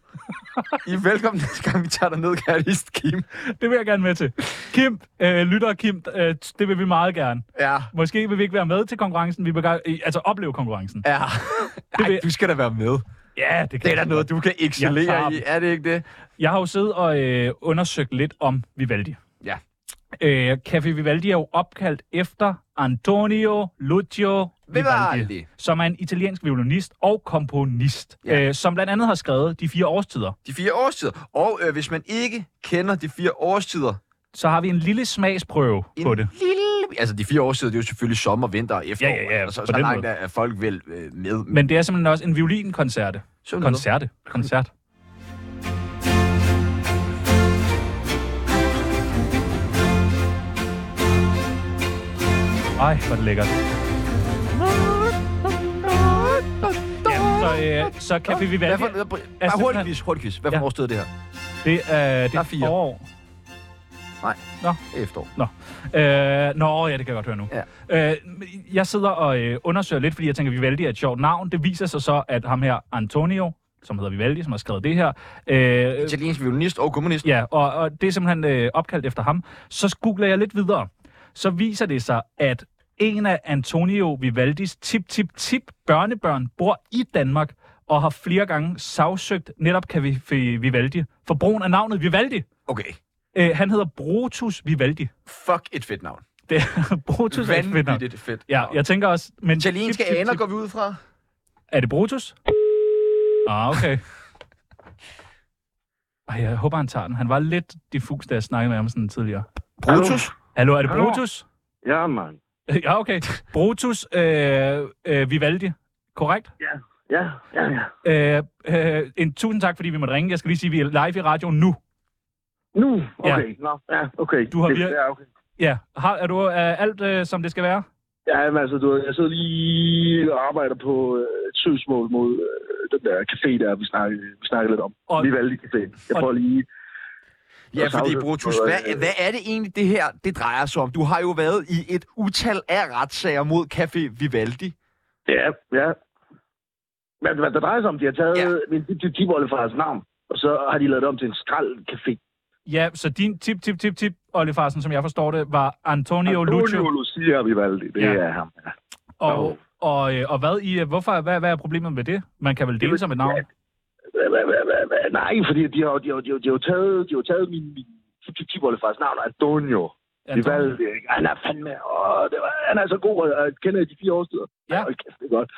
[SPEAKER 1] I er velkommen næste gang, vi tager dig ned, kærligst Kim.
[SPEAKER 2] Det vil jeg gerne med til. Kim, øh, lytter Kim, øh, det vil vi meget gerne.
[SPEAKER 1] Ja.
[SPEAKER 2] Måske vil vi ikke være med til konkurrencen, vi vil gerne, øh, altså opleve konkurrencen.
[SPEAKER 1] Ja.
[SPEAKER 2] Det vil,
[SPEAKER 1] Du skal da være med.
[SPEAKER 2] ja, det kan
[SPEAKER 1] Det er
[SPEAKER 2] jeg
[SPEAKER 1] da
[SPEAKER 2] godt.
[SPEAKER 1] noget, du kan
[SPEAKER 2] Jeg tager
[SPEAKER 1] excellere i.
[SPEAKER 2] den.
[SPEAKER 1] Er det ikke det?
[SPEAKER 2] Jeg har jo siddet og øh, undersøgt lidt om Vivaldi.
[SPEAKER 1] Ja.
[SPEAKER 2] Øh, Café Vivaldi er jo opkaldt efter Antonio Lucio Vivaldi,
[SPEAKER 1] Vivaldi.
[SPEAKER 2] som er en italiensk violinist og komponist, ja. øh, som blandt andet har skrevet De Fire Årstider.
[SPEAKER 1] De fire årstider. Og øh, hvis man ikke kender de fire årstider...
[SPEAKER 2] Så har vi en lille smagsprøve
[SPEAKER 1] en
[SPEAKER 2] på det.
[SPEAKER 1] Lille, altså, de fire årstider, det er jo selvfølgelig sommer, vinter og efterår.
[SPEAKER 2] Ja, ja, ja,
[SPEAKER 1] og så,
[SPEAKER 2] på
[SPEAKER 1] så
[SPEAKER 2] den
[SPEAKER 1] langt
[SPEAKER 2] måde.
[SPEAKER 1] er folk vel øh, med.
[SPEAKER 2] Men det er simpelthen også en violinkoncerte.
[SPEAKER 1] Sådan noget.
[SPEAKER 2] Koncerte. Koncert. Ej, hvor er det lækkert. Jamen, så, øh, så kan vi
[SPEAKER 1] Hvad
[SPEAKER 2] Vivaldi...
[SPEAKER 1] for,
[SPEAKER 2] er
[SPEAKER 1] bare
[SPEAKER 2] simpelthen-
[SPEAKER 1] hurtigt quiz, hurtigt quiz. Hvad for ja.
[SPEAKER 2] Ja.
[SPEAKER 1] årstid er det her?
[SPEAKER 2] Det er, det
[SPEAKER 1] Der er
[SPEAKER 2] er
[SPEAKER 1] fire.
[SPEAKER 2] forår.
[SPEAKER 1] Nej,
[SPEAKER 2] Nå.
[SPEAKER 1] det er efterår.
[SPEAKER 2] Nå. Øh, nå, ja, det kan jeg godt høre nu. Ja. Øh, jeg sidder og øh, undersøger lidt, fordi jeg tænker, at Vivaldi er et sjovt navn. Det viser sig så, at ham her, Antonio, som hedder Vivaldi, som har skrevet det her. Øh,
[SPEAKER 1] Italiensk violinist og kommunist.
[SPEAKER 2] Ja, og, og det er simpelthen øh, opkaldt efter ham. Så googler jeg lidt videre. Så viser det sig, at en af Antonio Vivaldis tip tip tip børnebørn bor i Danmark og har flere gange sagsøgt netop Café Vivaldi for brugen af navnet Vivaldi.
[SPEAKER 1] Okay.
[SPEAKER 2] Øh, han hedder Brutus Vivaldi.
[SPEAKER 1] Fuck et fedt navn.
[SPEAKER 2] Det er Brutus er et fedt navn.
[SPEAKER 1] Vanvittigt fedt.
[SPEAKER 2] Ja, jeg tænker også... Men
[SPEAKER 1] Italienske
[SPEAKER 2] tip, tip,
[SPEAKER 1] aner
[SPEAKER 2] tip.
[SPEAKER 1] går vi ud fra.
[SPEAKER 2] Er det Brutus? Ah, okay. Ej, jeg håber, han tager den. Han var lidt diffus, da jeg snakkede med ham sådan tidligere.
[SPEAKER 1] Brutus?
[SPEAKER 2] Hallo, er det
[SPEAKER 7] Hallo?
[SPEAKER 2] Brutus? Øh,
[SPEAKER 7] Ja, mand.
[SPEAKER 2] Ja, okay. Brutus øh, øh, Vivaldi, korrekt?
[SPEAKER 7] Ja, ja, ja.
[SPEAKER 2] Øh, øh, en tusind tak, fordi vi måtte ringe. Jeg skal lige sige, at vi er live i radioen nu.
[SPEAKER 7] Nu?
[SPEAKER 2] Ja.
[SPEAKER 7] Okay, ja. Nå, ja, okay.
[SPEAKER 2] Du har
[SPEAKER 7] Det-
[SPEAKER 2] vir-
[SPEAKER 7] Ja, okay.
[SPEAKER 2] ja. Har, er du øh, alt, øh, som det skal være?
[SPEAKER 7] Ja, men altså, du, ved, jeg sidder lige og arbejder på øh, et søgsmål mod øh, den der café, der vi snakkede, vi snakkede lidt om.
[SPEAKER 2] Og...
[SPEAKER 7] Vi valgte café. Jeg prøver lige...
[SPEAKER 1] Ja,
[SPEAKER 7] Og
[SPEAKER 1] fordi
[SPEAKER 7] sagsøgt
[SPEAKER 1] Brutus,
[SPEAKER 7] på, øh,
[SPEAKER 1] hvad, hvad er det egentlig, det her det drejer sig om? Du har jo været i et utal af retssager mod Café Vivaldi.
[SPEAKER 7] Ja, ja. Men hvad der drejer sig om, de har taget ja. min tip tip tip fra hans navn, og så har de lavet det om til en skraldcafé.
[SPEAKER 2] Ja, så din tip, tip, tip, tip, Olli Farsen, som jeg forstår det, var Antonio,
[SPEAKER 7] Antonio
[SPEAKER 2] Lucio.
[SPEAKER 7] Lucia Vivaldi, det
[SPEAKER 2] Ja.
[SPEAKER 7] ja. er ham. Ja.
[SPEAKER 2] Og, og, øh, og hvad, I, øh, hvorfor, hvad, hvad er problemet med det? Man kan vel dele sig med navn?
[SPEAKER 7] Hva- hva- hva- hva- hva- Nej, fordi de har, de har, de har, de har jo taget, de har jo taget min, min tipolde fra hans navn, Antonio.
[SPEAKER 2] Antonio.
[SPEAKER 7] Det valgte jeg ikke. Han er fandme, åh, det var, han er så god, og jeg kender de fire årstider.
[SPEAKER 2] Ja.
[SPEAKER 7] Hold kæft, det er godt.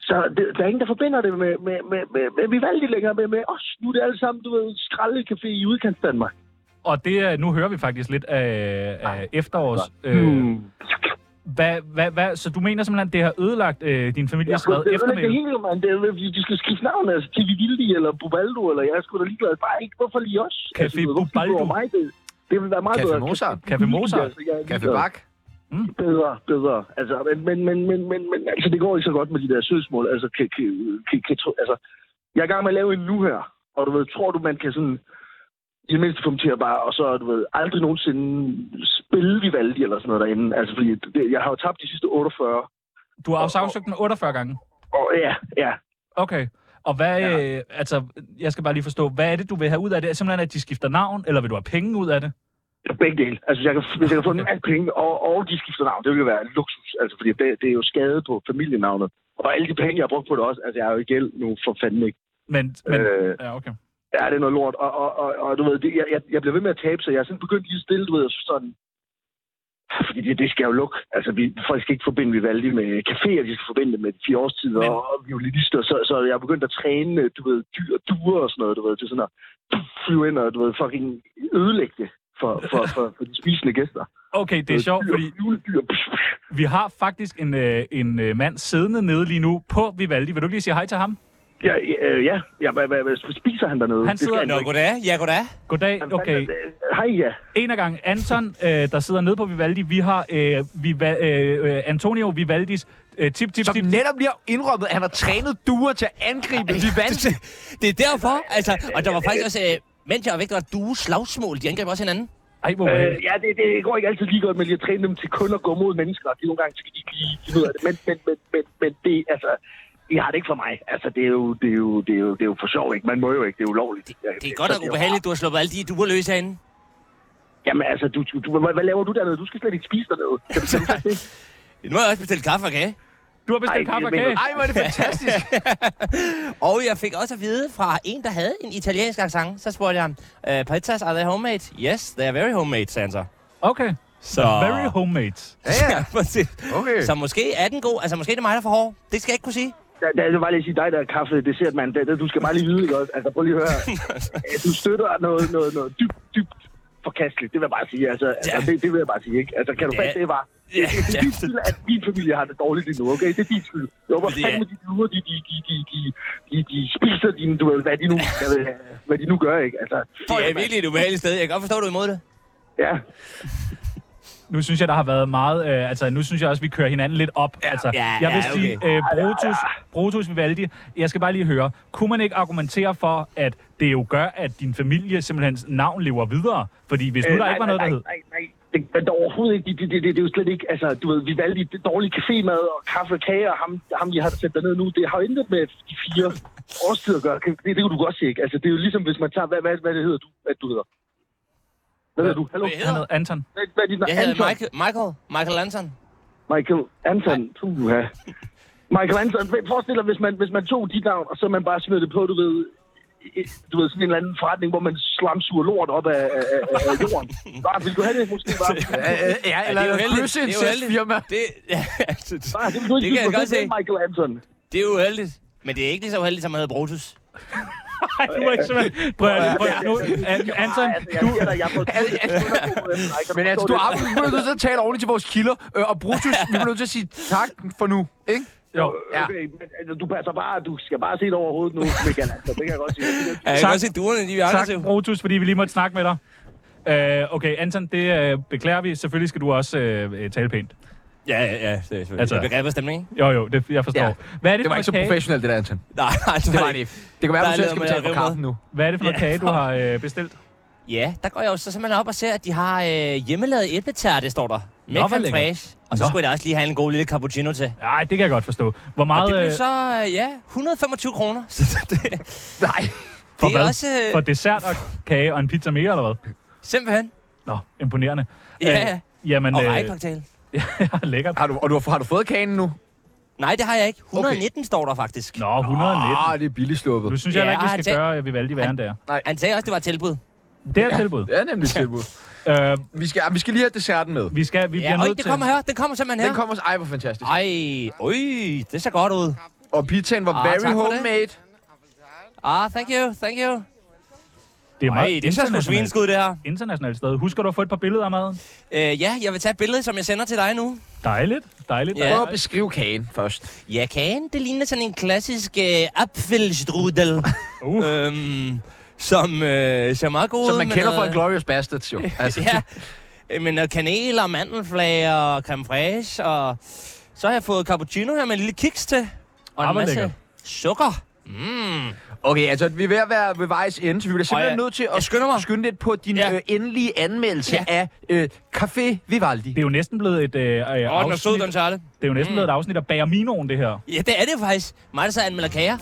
[SPEAKER 7] Så det, der er ingen, der forbinder det med, med, med, med, med Vivaldi længere, med, med os. Nu er det alle sammen, du ved, skraldecafé i udkants Danmark.
[SPEAKER 2] Og det, øh, nu hører vi faktisk lidt af, af efterårs... Øh,
[SPEAKER 7] Hmm.
[SPEAKER 2] hvad, hvad, hvad, så du mener simpelthen, at det har ødelagt øh, din familie
[SPEAKER 7] Jeg
[SPEAKER 2] skrevet
[SPEAKER 7] det er det
[SPEAKER 2] eftermiddag?
[SPEAKER 7] hele, mand. Det er, jo, fordi de skal skifte navn, altså, til Vivaldi eller Bubaldo, eller jeg er sgu da ligeglad. Bare ikke, hvorfor lige os? Altså,
[SPEAKER 2] Café
[SPEAKER 7] du ved, hvorfor lige
[SPEAKER 2] Bubaldo.
[SPEAKER 7] over Mig, det, det vil være meget
[SPEAKER 1] Café
[SPEAKER 7] bedre. altså,
[SPEAKER 1] Mozart.
[SPEAKER 2] Café Mozart.
[SPEAKER 7] jeg er ligeglad.
[SPEAKER 1] Café Bak.
[SPEAKER 7] Bedre, bedre. Altså, men, men, men, men, men, men altså, det går ikke så godt med de der søgsmål. Altså, kan, kan, kan, kan, tro- altså, jeg er i gang med at lave en nu her, og du ved, tror du, man kan sådan i det mindste få dem til at bare, og så, du ved, aldrig nogensinde spille Vivaldi eller sådan noget derinde. Altså, fordi det, jeg har jo tabt de sidste 48
[SPEAKER 2] Du har sagsøgt den 48 gange?
[SPEAKER 7] Og, ja, ja.
[SPEAKER 2] Okay. Og hvad, ja. øh, altså, jeg skal bare lige forstå, hvad er det, du vil have ud af det? Er det simpelthen, at de skifter navn, eller vil du have penge ud af det?
[SPEAKER 7] Begge dele. Altså, jeg kan, hvis jeg kan få en masse penge, og, og de skifter navn, det ville jo være luksus. Altså, fordi det, det er jo skade på familienavnet. Og alle de penge, jeg har brugt på det også, altså, jeg er jo i gæld nu for fanden ikke.
[SPEAKER 2] Men, men øh, ja, okay.
[SPEAKER 7] Ja, det er noget lort. Og, og, og, og du ved, det, jeg, jeg, jeg bliver ved med at tabe, så jeg er sådan begyndt lige stille, du ved, og sådan... Fordi det, det skal jeg jo lukke. Altså, vi, folk skal ikke forbinde Vivaldi med caféer, de skal forbinde det med fire årstider Men... og violinister. Så, så jeg er begyndt at træne, du ved, dyr og duer og sådan noget, du ved, til sådan at flyve ind og, du ved, fucking ødelægge det for, for, for, for de spisende gæster.
[SPEAKER 2] Okay, det er sjovt, fordi vi har faktisk en, øh, en øh, mand siddende nede lige nu på Vivaldi. Vil du ikke lige sige hej til ham?
[SPEAKER 7] Ja, ja, øh, ja. ja hvad, hvad, hvad spiser han dernede?
[SPEAKER 6] Han
[SPEAKER 7] Det skal
[SPEAKER 6] sidder...
[SPEAKER 7] han
[SPEAKER 6] Nå,
[SPEAKER 7] ikke.
[SPEAKER 6] goddag. Ja, goddag.
[SPEAKER 2] Goddag, okay.
[SPEAKER 7] Hej, ja.
[SPEAKER 2] En af gangen. Anton, øh, der sidder nede på Vivaldi, vi har øh, Viva, øh, øh, Antonio Vivaldis øh, tip, tip,
[SPEAKER 1] Som
[SPEAKER 2] tip.
[SPEAKER 1] netop lige har indrømmet, at han har trænet duer til at angribe Vivaldi.
[SPEAKER 6] Det er derfor, altså... Og der var faktisk også... Øh, mens jeg var væk, der var due slagsmål. De angreb også hinanden.
[SPEAKER 2] Ej, hvor
[SPEAKER 7] Øh, ja, det, det går ikke altid lige godt med lige at træne dem til kun at gå mod mennesker. Det er nogle gange, så kan de ikke lige finde ud af det. Men, men, men, men, men det, altså, jeg har det ikke for mig. Altså, det er jo, det er jo, det er jo, det er jo for sjov, ikke? Man må jo ikke. Det er ulovligt. Det,
[SPEAKER 6] Det er godt nok ubehageligt, du har sluppet alle de duer løs herinde.
[SPEAKER 7] Jamen, altså, du, du, du, hvad, hvad laver du dernede? Du skal slet ikke spise dernede. Kan du- kan du faktisk det?
[SPEAKER 6] Nu har jeg også bestilt kaffe og kage.
[SPEAKER 2] Du har bestilt
[SPEAKER 7] Ej,
[SPEAKER 2] kaffe og
[SPEAKER 7] men-
[SPEAKER 2] kage.
[SPEAKER 1] Ej, hvor er det fantastisk.
[SPEAKER 6] Og jeg fik også at vide fra en, der havde en italiensk accent. Så spurgte jeg ham, "Øh, pizzas, are they homemade? Yes, they are very homemade, sagde han så.
[SPEAKER 2] Okay.
[SPEAKER 6] Så...
[SPEAKER 2] Very homemade.
[SPEAKER 1] Ja, ja.
[SPEAKER 6] præcis.
[SPEAKER 1] Okay.
[SPEAKER 6] Så måske er den god. Altså, måske er det mig, der er for hård. Det skal jeg ikke kunne sige.
[SPEAKER 7] Der, der, jeg vil bare lige sige dig, der er kaffe dessert, mand. Der, der, du skal bare lige vide, ikke også? Altså, prøv lige at høre. Øh, Du støtter noget, noget, noget dybt, dybt forkasteligt. Det vil jeg bare sige. Altså, altså det, det vil jeg bare sige, ikke? Altså, kan du
[SPEAKER 6] Ja.
[SPEAKER 7] ja. fatte det, var? Det, det, det er din skyld, at min familie har det dårligt lige nu, okay? Det er din skyld. Jeg håber
[SPEAKER 6] Det er-
[SPEAKER 7] fandme, de duer, de, de, de, de, de, de, de spiser dine, du ved, hvad de nu, jeg ved, hvad de nu gør, ikke? Altså,
[SPEAKER 6] Det er virkelig et ubehageligt sted. Jeg kan godt forstå, du er imod det.
[SPEAKER 7] ja.
[SPEAKER 2] Nu synes jeg, der har været meget... Øh, altså, nu synes jeg også, vi kører hinanden lidt op. Ja, altså,
[SPEAKER 6] ja,
[SPEAKER 2] jeg vil
[SPEAKER 6] ja,
[SPEAKER 2] sige, øh, Brutus, Brutus Vivaldi, jeg skal bare lige høre. Kunne man ikke argumentere for, at det jo gør, at din familie simpelthen navn lever videre? Fordi hvis nu
[SPEAKER 7] Øh,
[SPEAKER 2] der
[SPEAKER 7] nej,
[SPEAKER 2] ikke var
[SPEAKER 7] nej,
[SPEAKER 2] noget, der
[SPEAKER 7] nej,
[SPEAKER 2] hed...
[SPEAKER 7] Nej, nej, det, men det er overhovedet ikke. Det, det, det, det, er jo slet ikke... Altså, du ved, vi valgte det dårlige cafémad og kaffe og kage, og ham, ham jeg har sendt derned nu, det har jo intet med de fire årstider at gøre. Kan- Det, det kan du godt se, ikke? Altså, det er jo ligesom, hvis man tager... Hvad, hvad, hvad det hedder du? Hvad du hedder? Hvad hedder du? Hallo?
[SPEAKER 6] Hvad
[SPEAKER 2] Han
[SPEAKER 6] hedder?
[SPEAKER 2] hed Anton.
[SPEAKER 7] Hvad, hvad er dit navn?
[SPEAKER 6] Jeg hedder
[SPEAKER 7] Anton?
[SPEAKER 6] Michael, Michael, Michael Anton.
[SPEAKER 7] Michael Anton. Puha. Michael Anton. Forestil dig, hvis man, hvis man tog dit navn, og så man bare smed det på, du ved, i- du ved, sådan en eller anden forretning, hvor man slamsuger lort op af, af, af, af jorden. Bare, vil du have det måske? Bare?
[SPEAKER 1] Ja, ja, eller
[SPEAKER 6] jo
[SPEAKER 1] ja,
[SPEAKER 6] heldigt.
[SPEAKER 1] kryds
[SPEAKER 6] Det er jo heldigt.
[SPEAKER 1] firma.
[SPEAKER 6] Det, ja, altså, det,
[SPEAKER 7] Nej, det vil du ikke
[SPEAKER 6] det kan jeg
[SPEAKER 7] synes,
[SPEAKER 6] godt se.
[SPEAKER 7] det er Michael Anton.
[SPEAKER 6] Det er uheldigt. Men det er ikke lige så uheldigt, som at hedde Brutus.
[SPEAKER 2] Nej, du er ikke simpelthen... Prøv at prøv at- nu, An- Anton,
[SPEAKER 7] Altså, jeg
[SPEAKER 2] du...
[SPEAKER 7] siger dig, jeg har fået
[SPEAKER 1] Men altså, du har vi bliver nødt til at tale ordentligt til vores kilder, øh, og Brutus, vi bliver nødt til at sige tak for nu, ikke?
[SPEAKER 2] Jo,
[SPEAKER 1] Ja.
[SPEAKER 7] Okay, men altså, du passer bare, du skal bare se det over hovedet nu, Michael Anton. Det kan jeg godt sige.
[SPEAKER 6] Ja,
[SPEAKER 2] Tak.
[SPEAKER 6] jeg kan også se duerne, de er
[SPEAKER 2] tak,
[SPEAKER 6] aggressive.
[SPEAKER 2] Brutus, fordi vi lige måtte snakke med dig. Øh, okay, Anton, det øh, beklager vi. Selvfølgelig skal du også øh, øh, tale pænt.
[SPEAKER 6] Ja, ja, ja. Det er selvfølgelig.
[SPEAKER 2] Altså-
[SPEAKER 6] Altså, begrebet stemning, ikke?
[SPEAKER 2] Jo, jo, det, jeg forstår.
[SPEAKER 1] Ja.
[SPEAKER 2] Ja. Hvad er det,
[SPEAKER 1] Det var
[SPEAKER 2] for
[SPEAKER 1] ikke så
[SPEAKER 2] noget kage,
[SPEAKER 1] professionelt, det der, Anton.
[SPEAKER 6] Nej, altså,
[SPEAKER 1] Det var det ikke. Det kan være,
[SPEAKER 6] Der
[SPEAKER 1] at
[SPEAKER 6] er
[SPEAKER 1] du selv
[SPEAKER 6] lavet
[SPEAKER 1] skal
[SPEAKER 6] med
[SPEAKER 1] betale for
[SPEAKER 6] at rive
[SPEAKER 1] kaffen nu.
[SPEAKER 2] hvad er det for noget
[SPEAKER 6] Ja.
[SPEAKER 2] kage, du har øh, bestilt?
[SPEAKER 6] Ja, der går jeg jo så simpelthen op og ser, at de har øh, hjemmelavet æbletager, det står der. Med
[SPEAKER 2] hvor
[SPEAKER 6] creme
[SPEAKER 2] lækkert.
[SPEAKER 6] fraiche. Og så
[SPEAKER 2] Nå.
[SPEAKER 6] skulle jeg da også lige have en god lille cappuccino til.
[SPEAKER 2] Nej, det kan jeg godt forstå. Hvor
[SPEAKER 6] Og
[SPEAKER 2] meget...
[SPEAKER 6] det blev
[SPEAKER 2] øh,
[SPEAKER 6] så, øh, ja, 125 kroner. Så det,
[SPEAKER 1] Nej.
[SPEAKER 2] For
[SPEAKER 6] det er
[SPEAKER 2] hvad?
[SPEAKER 6] også øh,
[SPEAKER 2] For dessert og kage og en pizza mere, eller hvad?
[SPEAKER 6] simpelthen.
[SPEAKER 2] Nå, imponerende.
[SPEAKER 6] Ja, ja.
[SPEAKER 2] Øh, jamen,
[SPEAKER 6] Og
[SPEAKER 2] øh,
[SPEAKER 6] rejkoktail.
[SPEAKER 2] ja, lækkert.
[SPEAKER 1] Har du, og du har, har du fået kagen nu?
[SPEAKER 6] Nej, det har jeg ikke. 119 står der faktisk.
[SPEAKER 2] Nå, 119.
[SPEAKER 1] Ah, det er billigt sluppet.
[SPEAKER 2] Du synes jeg
[SPEAKER 6] Ja,
[SPEAKER 2] heller ikke, vi
[SPEAKER 6] han
[SPEAKER 2] skal
[SPEAKER 6] tag-
[SPEAKER 2] gøre øh, Vivaldi hver der.
[SPEAKER 6] Han sagde også, det var et tilbud.
[SPEAKER 2] Det er et tilbud.
[SPEAKER 1] Det er nemlig et tilbud.
[SPEAKER 2] Øh,
[SPEAKER 1] Vi skal, vi skal lige have desserten med.
[SPEAKER 2] vi skal, vi
[SPEAKER 6] Ja,
[SPEAKER 2] bliver
[SPEAKER 6] og
[SPEAKER 2] nødt
[SPEAKER 6] det
[SPEAKER 2] til...
[SPEAKER 6] kommer her. Det kommer simpelthen her.
[SPEAKER 1] Den kommer, ej, hvor fantastisk.
[SPEAKER 6] Ej, øj, det ser godt ud.
[SPEAKER 1] Og pizzaen var
[SPEAKER 6] Ah, tak
[SPEAKER 1] very
[SPEAKER 6] for det.
[SPEAKER 1] homemade.
[SPEAKER 6] Ah, thank you, thank you.
[SPEAKER 2] Det er
[SPEAKER 6] Ej,
[SPEAKER 2] meget
[SPEAKER 6] det ser sgu
[SPEAKER 2] internationalt,
[SPEAKER 6] svineskud, det her.
[SPEAKER 2] internationalt sted. Husker du at få et par billeder af maden?
[SPEAKER 6] Øh, ja, jeg vil tage et billede, som jeg sender til dig nu.
[SPEAKER 2] Dejligt, dejligt.
[SPEAKER 6] Ja.
[SPEAKER 2] dejligt.
[SPEAKER 1] Prøv at beskrive kagen først.
[SPEAKER 6] Ja, kagen, det ligner sådan en klassisk øh, apfelstrudel.
[SPEAKER 2] Uh.
[SPEAKER 6] øhm, som øh, ser meget god ud.
[SPEAKER 1] Som man
[SPEAKER 6] med
[SPEAKER 1] kender
[SPEAKER 6] noget-
[SPEAKER 1] fra Glorious Bastards, jo. Altså,
[SPEAKER 6] Ja, øh, men noget kanel og mandelflager og creme fraiche, og så har jeg fået cappuccino her med en lille kiks til. Og
[SPEAKER 2] Ah,
[SPEAKER 6] en
[SPEAKER 2] hvor
[SPEAKER 6] masse
[SPEAKER 2] lækkert.
[SPEAKER 6] sukker.
[SPEAKER 1] Mm. Okay, altså, vi er ved at være ved vejs ende, så vi bliver simpelthen
[SPEAKER 6] jeg-
[SPEAKER 1] nødt til at skynde, mig. skynde lidt på din ja. øh, endelige anmeldelse ja. af øh, Café Vivaldi. Det
[SPEAKER 2] er jo næsten blevet et øh, øh,
[SPEAKER 6] Åh, den er sød, den Charlie.
[SPEAKER 2] Det er jo næsten mm.
[SPEAKER 6] Mm.
[SPEAKER 2] blevet et afsnit af Bager Minoen, det her.
[SPEAKER 6] Ja, det er det faktisk. Mig, der så anmelder kager.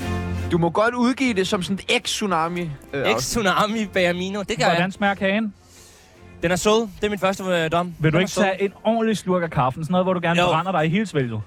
[SPEAKER 1] Du må godt udgive det som sådan et ex-tsunami. Øh,
[SPEAKER 6] Ex-tsunami Bagermino, det gør
[SPEAKER 2] Hvordan
[SPEAKER 6] jeg.
[SPEAKER 2] smager kagen?
[SPEAKER 6] Den er sød. Det er min første øh, dom.
[SPEAKER 2] Vil
[SPEAKER 6] Den
[SPEAKER 2] du
[SPEAKER 6] er
[SPEAKER 2] ikke
[SPEAKER 6] sød.
[SPEAKER 2] tage en ordentlig slurk af kaffen? Sådan noget, hvor du gerne
[SPEAKER 6] Jo.
[SPEAKER 2] jo. brænder dig i hele svælget.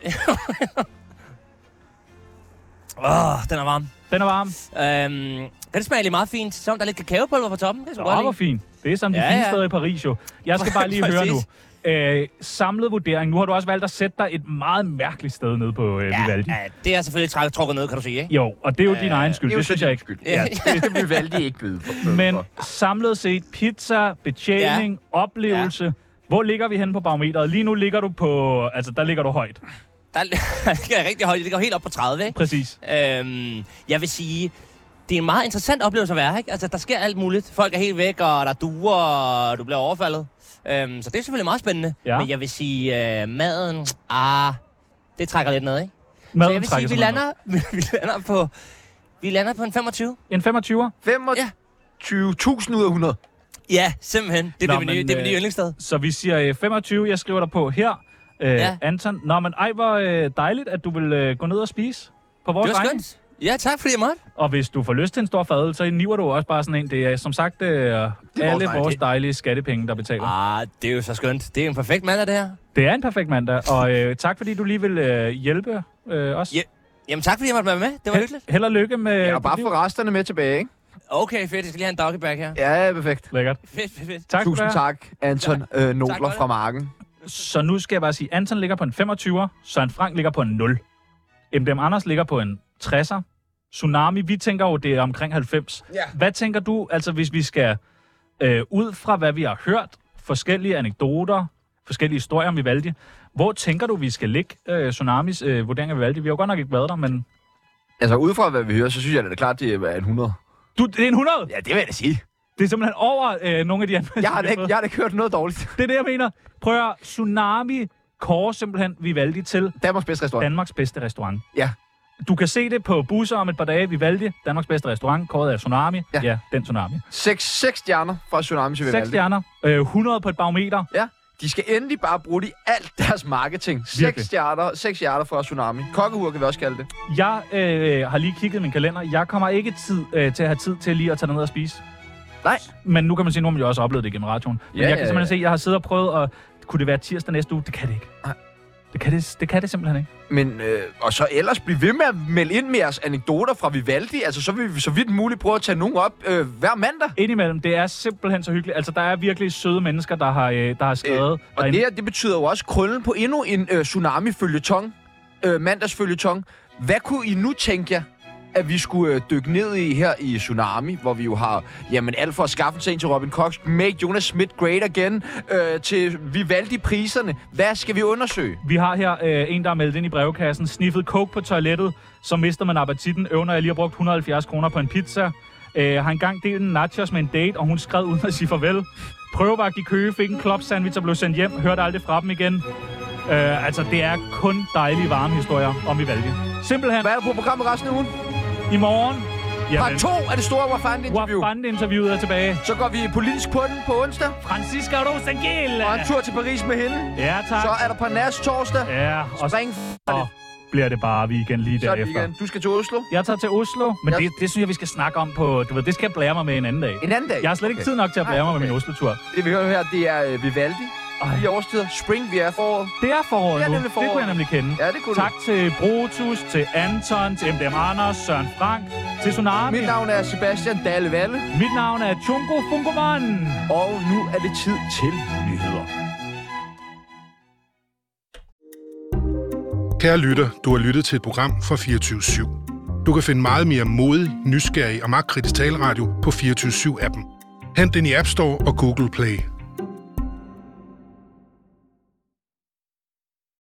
[SPEAKER 6] Åh, den er varm.
[SPEAKER 2] Den er varm.
[SPEAKER 6] Øhm, den smager egentlig meget fint. Som der er lidt kakaopulver på toppen. Det er sgu godt
[SPEAKER 2] Åh, hvor
[SPEAKER 6] lide.
[SPEAKER 2] fint. Det er som de
[SPEAKER 6] Ja,
[SPEAKER 2] ja, fine
[SPEAKER 6] ja.
[SPEAKER 2] steder i Paris jo. Jeg skal bare lige høre nu.
[SPEAKER 6] Præcis.
[SPEAKER 2] Øh, samlet vurdering. Nu har du også valgt at sætte dig et meget mærkeligt sted nede på øh, ja, Vivaldi.
[SPEAKER 6] Ja, det er selvfølgelig træk- trukket ned, kan du sige, ikke?
[SPEAKER 2] Jo, og det er jo din egen skyld.
[SPEAKER 6] det er jo
[SPEAKER 2] Det
[SPEAKER 6] så
[SPEAKER 2] synes jeg
[SPEAKER 6] din
[SPEAKER 2] ikke.
[SPEAKER 6] Ja.
[SPEAKER 2] Ja.
[SPEAKER 1] det skal Vivaldi ikke byde på.
[SPEAKER 2] Men samlet set, pizza, betjening, ja. oplevelse. Ja. Hvor ligger vi henne på barometeret? Lige nu ligger du på... Altså, der ligger du højt.
[SPEAKER 6] Der ligger rigtig højt. Det ligger helt op på 30, ikke?
[SPEAKER 2] Præcis.
[SPEAKER 6] Øhm, jeg vil sige, det er en meget interessant oplevelse at være, ikke? Altså, der sker alt muligt. Folk er helt væk, og der er duer, og du bliver overfaldet. Øhm, så det er selvfølgelig meget spændende.
[SPEAKER 2] Ja.
[SPEAKER 6] Men jeg vil sige, øh, maden, ah, det trækker lidt ned, ikke?
[SPEAKER 2] Maden
[SPEAKER 6] så jeg vil sige,
[SPEAKER 2] trækker
[SPEAKER 6] vi lander,
[SPEAKER 2] simpelthen
[SPEAKER 6] vi lander på... Vi lander på en 25.
[SPEAKER 2] En 25'er?
[SPEAKER 1] 25.000 ud af 100.
[SPEAKER 6] Ja, simpelthen. Det bliver min, nye- det bliver
[SPEAKER 2] øh,
[SPEAKER 6] min yndlingssted.
[SPEAKER 2] Så vi siger øh, 25, jeg skriver dig på her, øh,
[SPEAKER 6] Ja.
[SPEAKER 2] ja. Anton. Nå, men ej, hvor øh, dejligt, at du vil øh, gå ned og spise på vores
[SPEAKER 6] Det var
[SPEAKER 2] regning.
[SPEAKER 6] skønt. Ja, tak fordi jeg måtte.
[SPEAKER 2] Og hvis du får lyst til en stor fadøl, så niver du også bare sådan en. Det er som sagt øh, alle
[SPEAKER 6] dejlige.
[SPEAKER 2] vores dejlige skattepenge, der betaler.
[SPEAKER 6] Ah, det er jo så skønt. Det er en perfekt mand, det her.
[SPEAKER 2] Det er en perfekt mandag, og øh, tak fordi du lige vil øh, hjælpe øh, os.
[SPEAKER 6] Ja. Jamen tak, fordi jeg måtte være med. Det var hyggeligt.
[SPEAKER 2] Held og lykke med...
[SPEAKER 1] Jeg har bare få resterne med tilbage, ikke?
[SPEAKER 6] Okay, fedt. Jeg skal lige have en doggy bag her.
[SPEAKER 1] Ja, ja, perfekt.
[SPEAKER 2] Lækkert.
[SPEAKER 6] Fedt, fedt, fedt.
[SPEAKER 2] Tak skal du
[SPEAKER 1] Tusind
[SPEAKER 2] have.
[SPEAKER 1] tak, Anton øh, Nobler fra Marken.
[SPEAKER 2] Så nu skal jeg bare sige, Anton ligger på en 25'er, Søren Frank ligger på en 0. MDM Anders ligger på en 60'er. Tsunami, vi tænker jo, det er omkring 90.
[SPEAKER 11] Ja.
[SPEAKER 2] Hvad tænker du, altså hvis vi skal øh, ud fra, hvad vi har hørt, forskellige anekdoter, forskellige historier om Vivaldi, hvor tænker du, vi skal ligge øh, Tsunamis øh, vurdering af Vivaldi? Vi har jo godt nok ikke været der, men...
[SPEAKER 1] Altså, ud fra hvad vi hører, så synes jeg, at det er klart, det er en 100.
[SPEAKER 2] Du, det er en 100?
[SPEAKER 1] Ja, det vil jeg da sige.
[SPEAKER 2] Det er simpelthen over øh, nogle af de anmeldelser,
[SPEAKER 1] Jeg har
[SPEAKER 2] vi
[SPEAKER 1] da ikke,
[SPEAKER 2] fået.
[SPEAKER 1] jeg har da ikke hørt noget dårligt.
[SPEAKER 2] Det er det, jeg mener. Prøv at høre, Tsunami kårer simpelthen Vivaldi til...
[SPEAKER 1] Danmarks bedste restaurant.
[SPEAKER 2] Danmarks bedste restaurant.
[SPEAKER 1] Ja.
[SPEAKER 2] Du kan se det på busser om et par dage. Vivaldi, Danmarks bedste restaurant, kåret af Tsunami. Ja, ja den Tsunami.
[SPEAKER 1] 6, 6 stjerner fra Tsunami til Vivaldi.
[SPEAKER 2] Seks stjerner, øh, 100 på et barometer.
[SPEAKER 1] Ja. De skal endelig bare bruge det i alt deres marketing. 6
[SPEAKER 2] Virkelig.
[SPEAKER 1] stjerner, 6 stjerner fra Tsunami. Kokkehur kan vi også kalde det.
[SPEAKER 2] Jeg øh, har lige kigget i min kalender. Jeg kommer ikke tid, øh, til at have tid til lige at tage ned og spise.
[SPEAKER 1] Nej.
[SPEAKER 2] Men nu kan man sige, nu har man jo også oplevet det gennem radioen. Men
[SPEAKER 1] Ja,
[SPEAKER 2] ja, jeg
[SPEAKER 1] ja,
[SPEAKER 2] kan simpelthen se, at jeg har siddet og prøvet, og kunne det være tirsdag næste uge? Det kan det ikke.
[SPEAKER 1] Nej.
[SPEAKER 2] Det kan det, det, kan det simpelthen ikke.
[SPEAKER 1] Men, øh, og så ellers blive ved med at melde ind med jeres anekdoter fra Vivaldi. Altså, så vil vi så vidt muligt prøve at tage nogen op øh, hver mandag.
[SPEAKER 2] Indimellem, det er simpelthen så hyggeligt. Altså, der er virkelig søde mennesker, der har, øh, der har skrevet. Øh,
[SPEAKER 1] Og det her, det betyder jo også krøllen på endnu en øh, tsunami-følgetong. Øh, mandagsfølgetong. Hvad kunne I nu tænke jer, at vi skulle øh, dykke ned i her i Tsunami, hvor vi jo har jamen, alt fra skaffelsen til Robin Cox, Make Jonas Smith Great Again, øh, til Vivaldi-priserne. Hvad skal vi undersøge?
[SPEAKER 2] Vi har her øh, en, der er meldt ind i brevkassen. Sniffet coke på toilettet, så mister man appetitten. Øvner jeg lige har brugt 170 kroner på en pizza. Øh, har engang delt en nachos med en date, og hun skred uden at sige farvel. Prøvevagt i Køge fik en klop sandwich og blev sendt hjem. Hørte aldrig fra dem igen. Øh, altså, det er kun dejlige varme historier om Vivaldi. Simpelthen. Hvad
[SPEAKER 1] er på programmet resten af ugen?
[SPEAKER 2] I morgen.
[SPEAKER 1] Part 2 af det store Wafand-interview.
[SPEAKER 2] Wafand-interviewet er tilbage.
[SPEAKER 1] Så går vi politisk på den på onsdag.
[SPEAKER 2] Francisca Rosengel.
[SPEAKER 1] Og en tur til Paris med hende.
[SPEAKER 2] Ja, tak.
[SPEAKER 1] Så er der Parnas torsdag.
[SPEAKER 2] Ja, og
[SPEAKER 1] Spring
[SPEAKER 2] og bliver det bare weekend lige
[SPEAKER 1] Så er det
[SPEAKER 2] derefter.
[SPEAKER 1] weekend. Du skal til Oslo?
[SPEAKER 2] Jeg tager til Oslo, men det, det synes jeg, vi skal snakke om på... Du ved, det skal jeg blære mig med en anden dag.
[SPEAKER 1] En anden dag?
[SPEAKER 2] Jeg har slet ikke
[SPEAKER 1] Okay.
[SPEAKER 2] tid nok til at
[SPEAKER 1] Nej,
[SPEAKER 2] blære mig med min Oslo-tur.
[SPEAKER 1] Det vi hører her, det er øh, Vivaldi. I årstider. Spring, vi er foråret.
[SPEAKER 2] Det er foråret
[SPEAKER 1] Det er
[SPEAKER 2] nu.
[SPEAKER 1] nemlig
[SPEAKER 2] Det
[SPEAKER 1] foråret.
[SPEAKER 2] kunne jeg nemlig kende.
[SPEAKER 1] Ja, det kunne
[SPEAKER 2] tak til Brutus, til Anton, til MDM Anders, Søren Frank, til Tsunami.
[SPEAKER 1] Mit navn er Sebastian Dalle Valle.
[SPEAKER 2] Mit navn er Chungo Funkoman.
[SPEAKER 1] Og nu er det tid til nyheder.
[SPEAKER 12] Kære lytter, du har lyttet til et program fra 24 /7. Du kan finde meget mere modig, nysgerrig og magtkritisk taleradio på 24 7 appen Hent den i App Store og Google Play.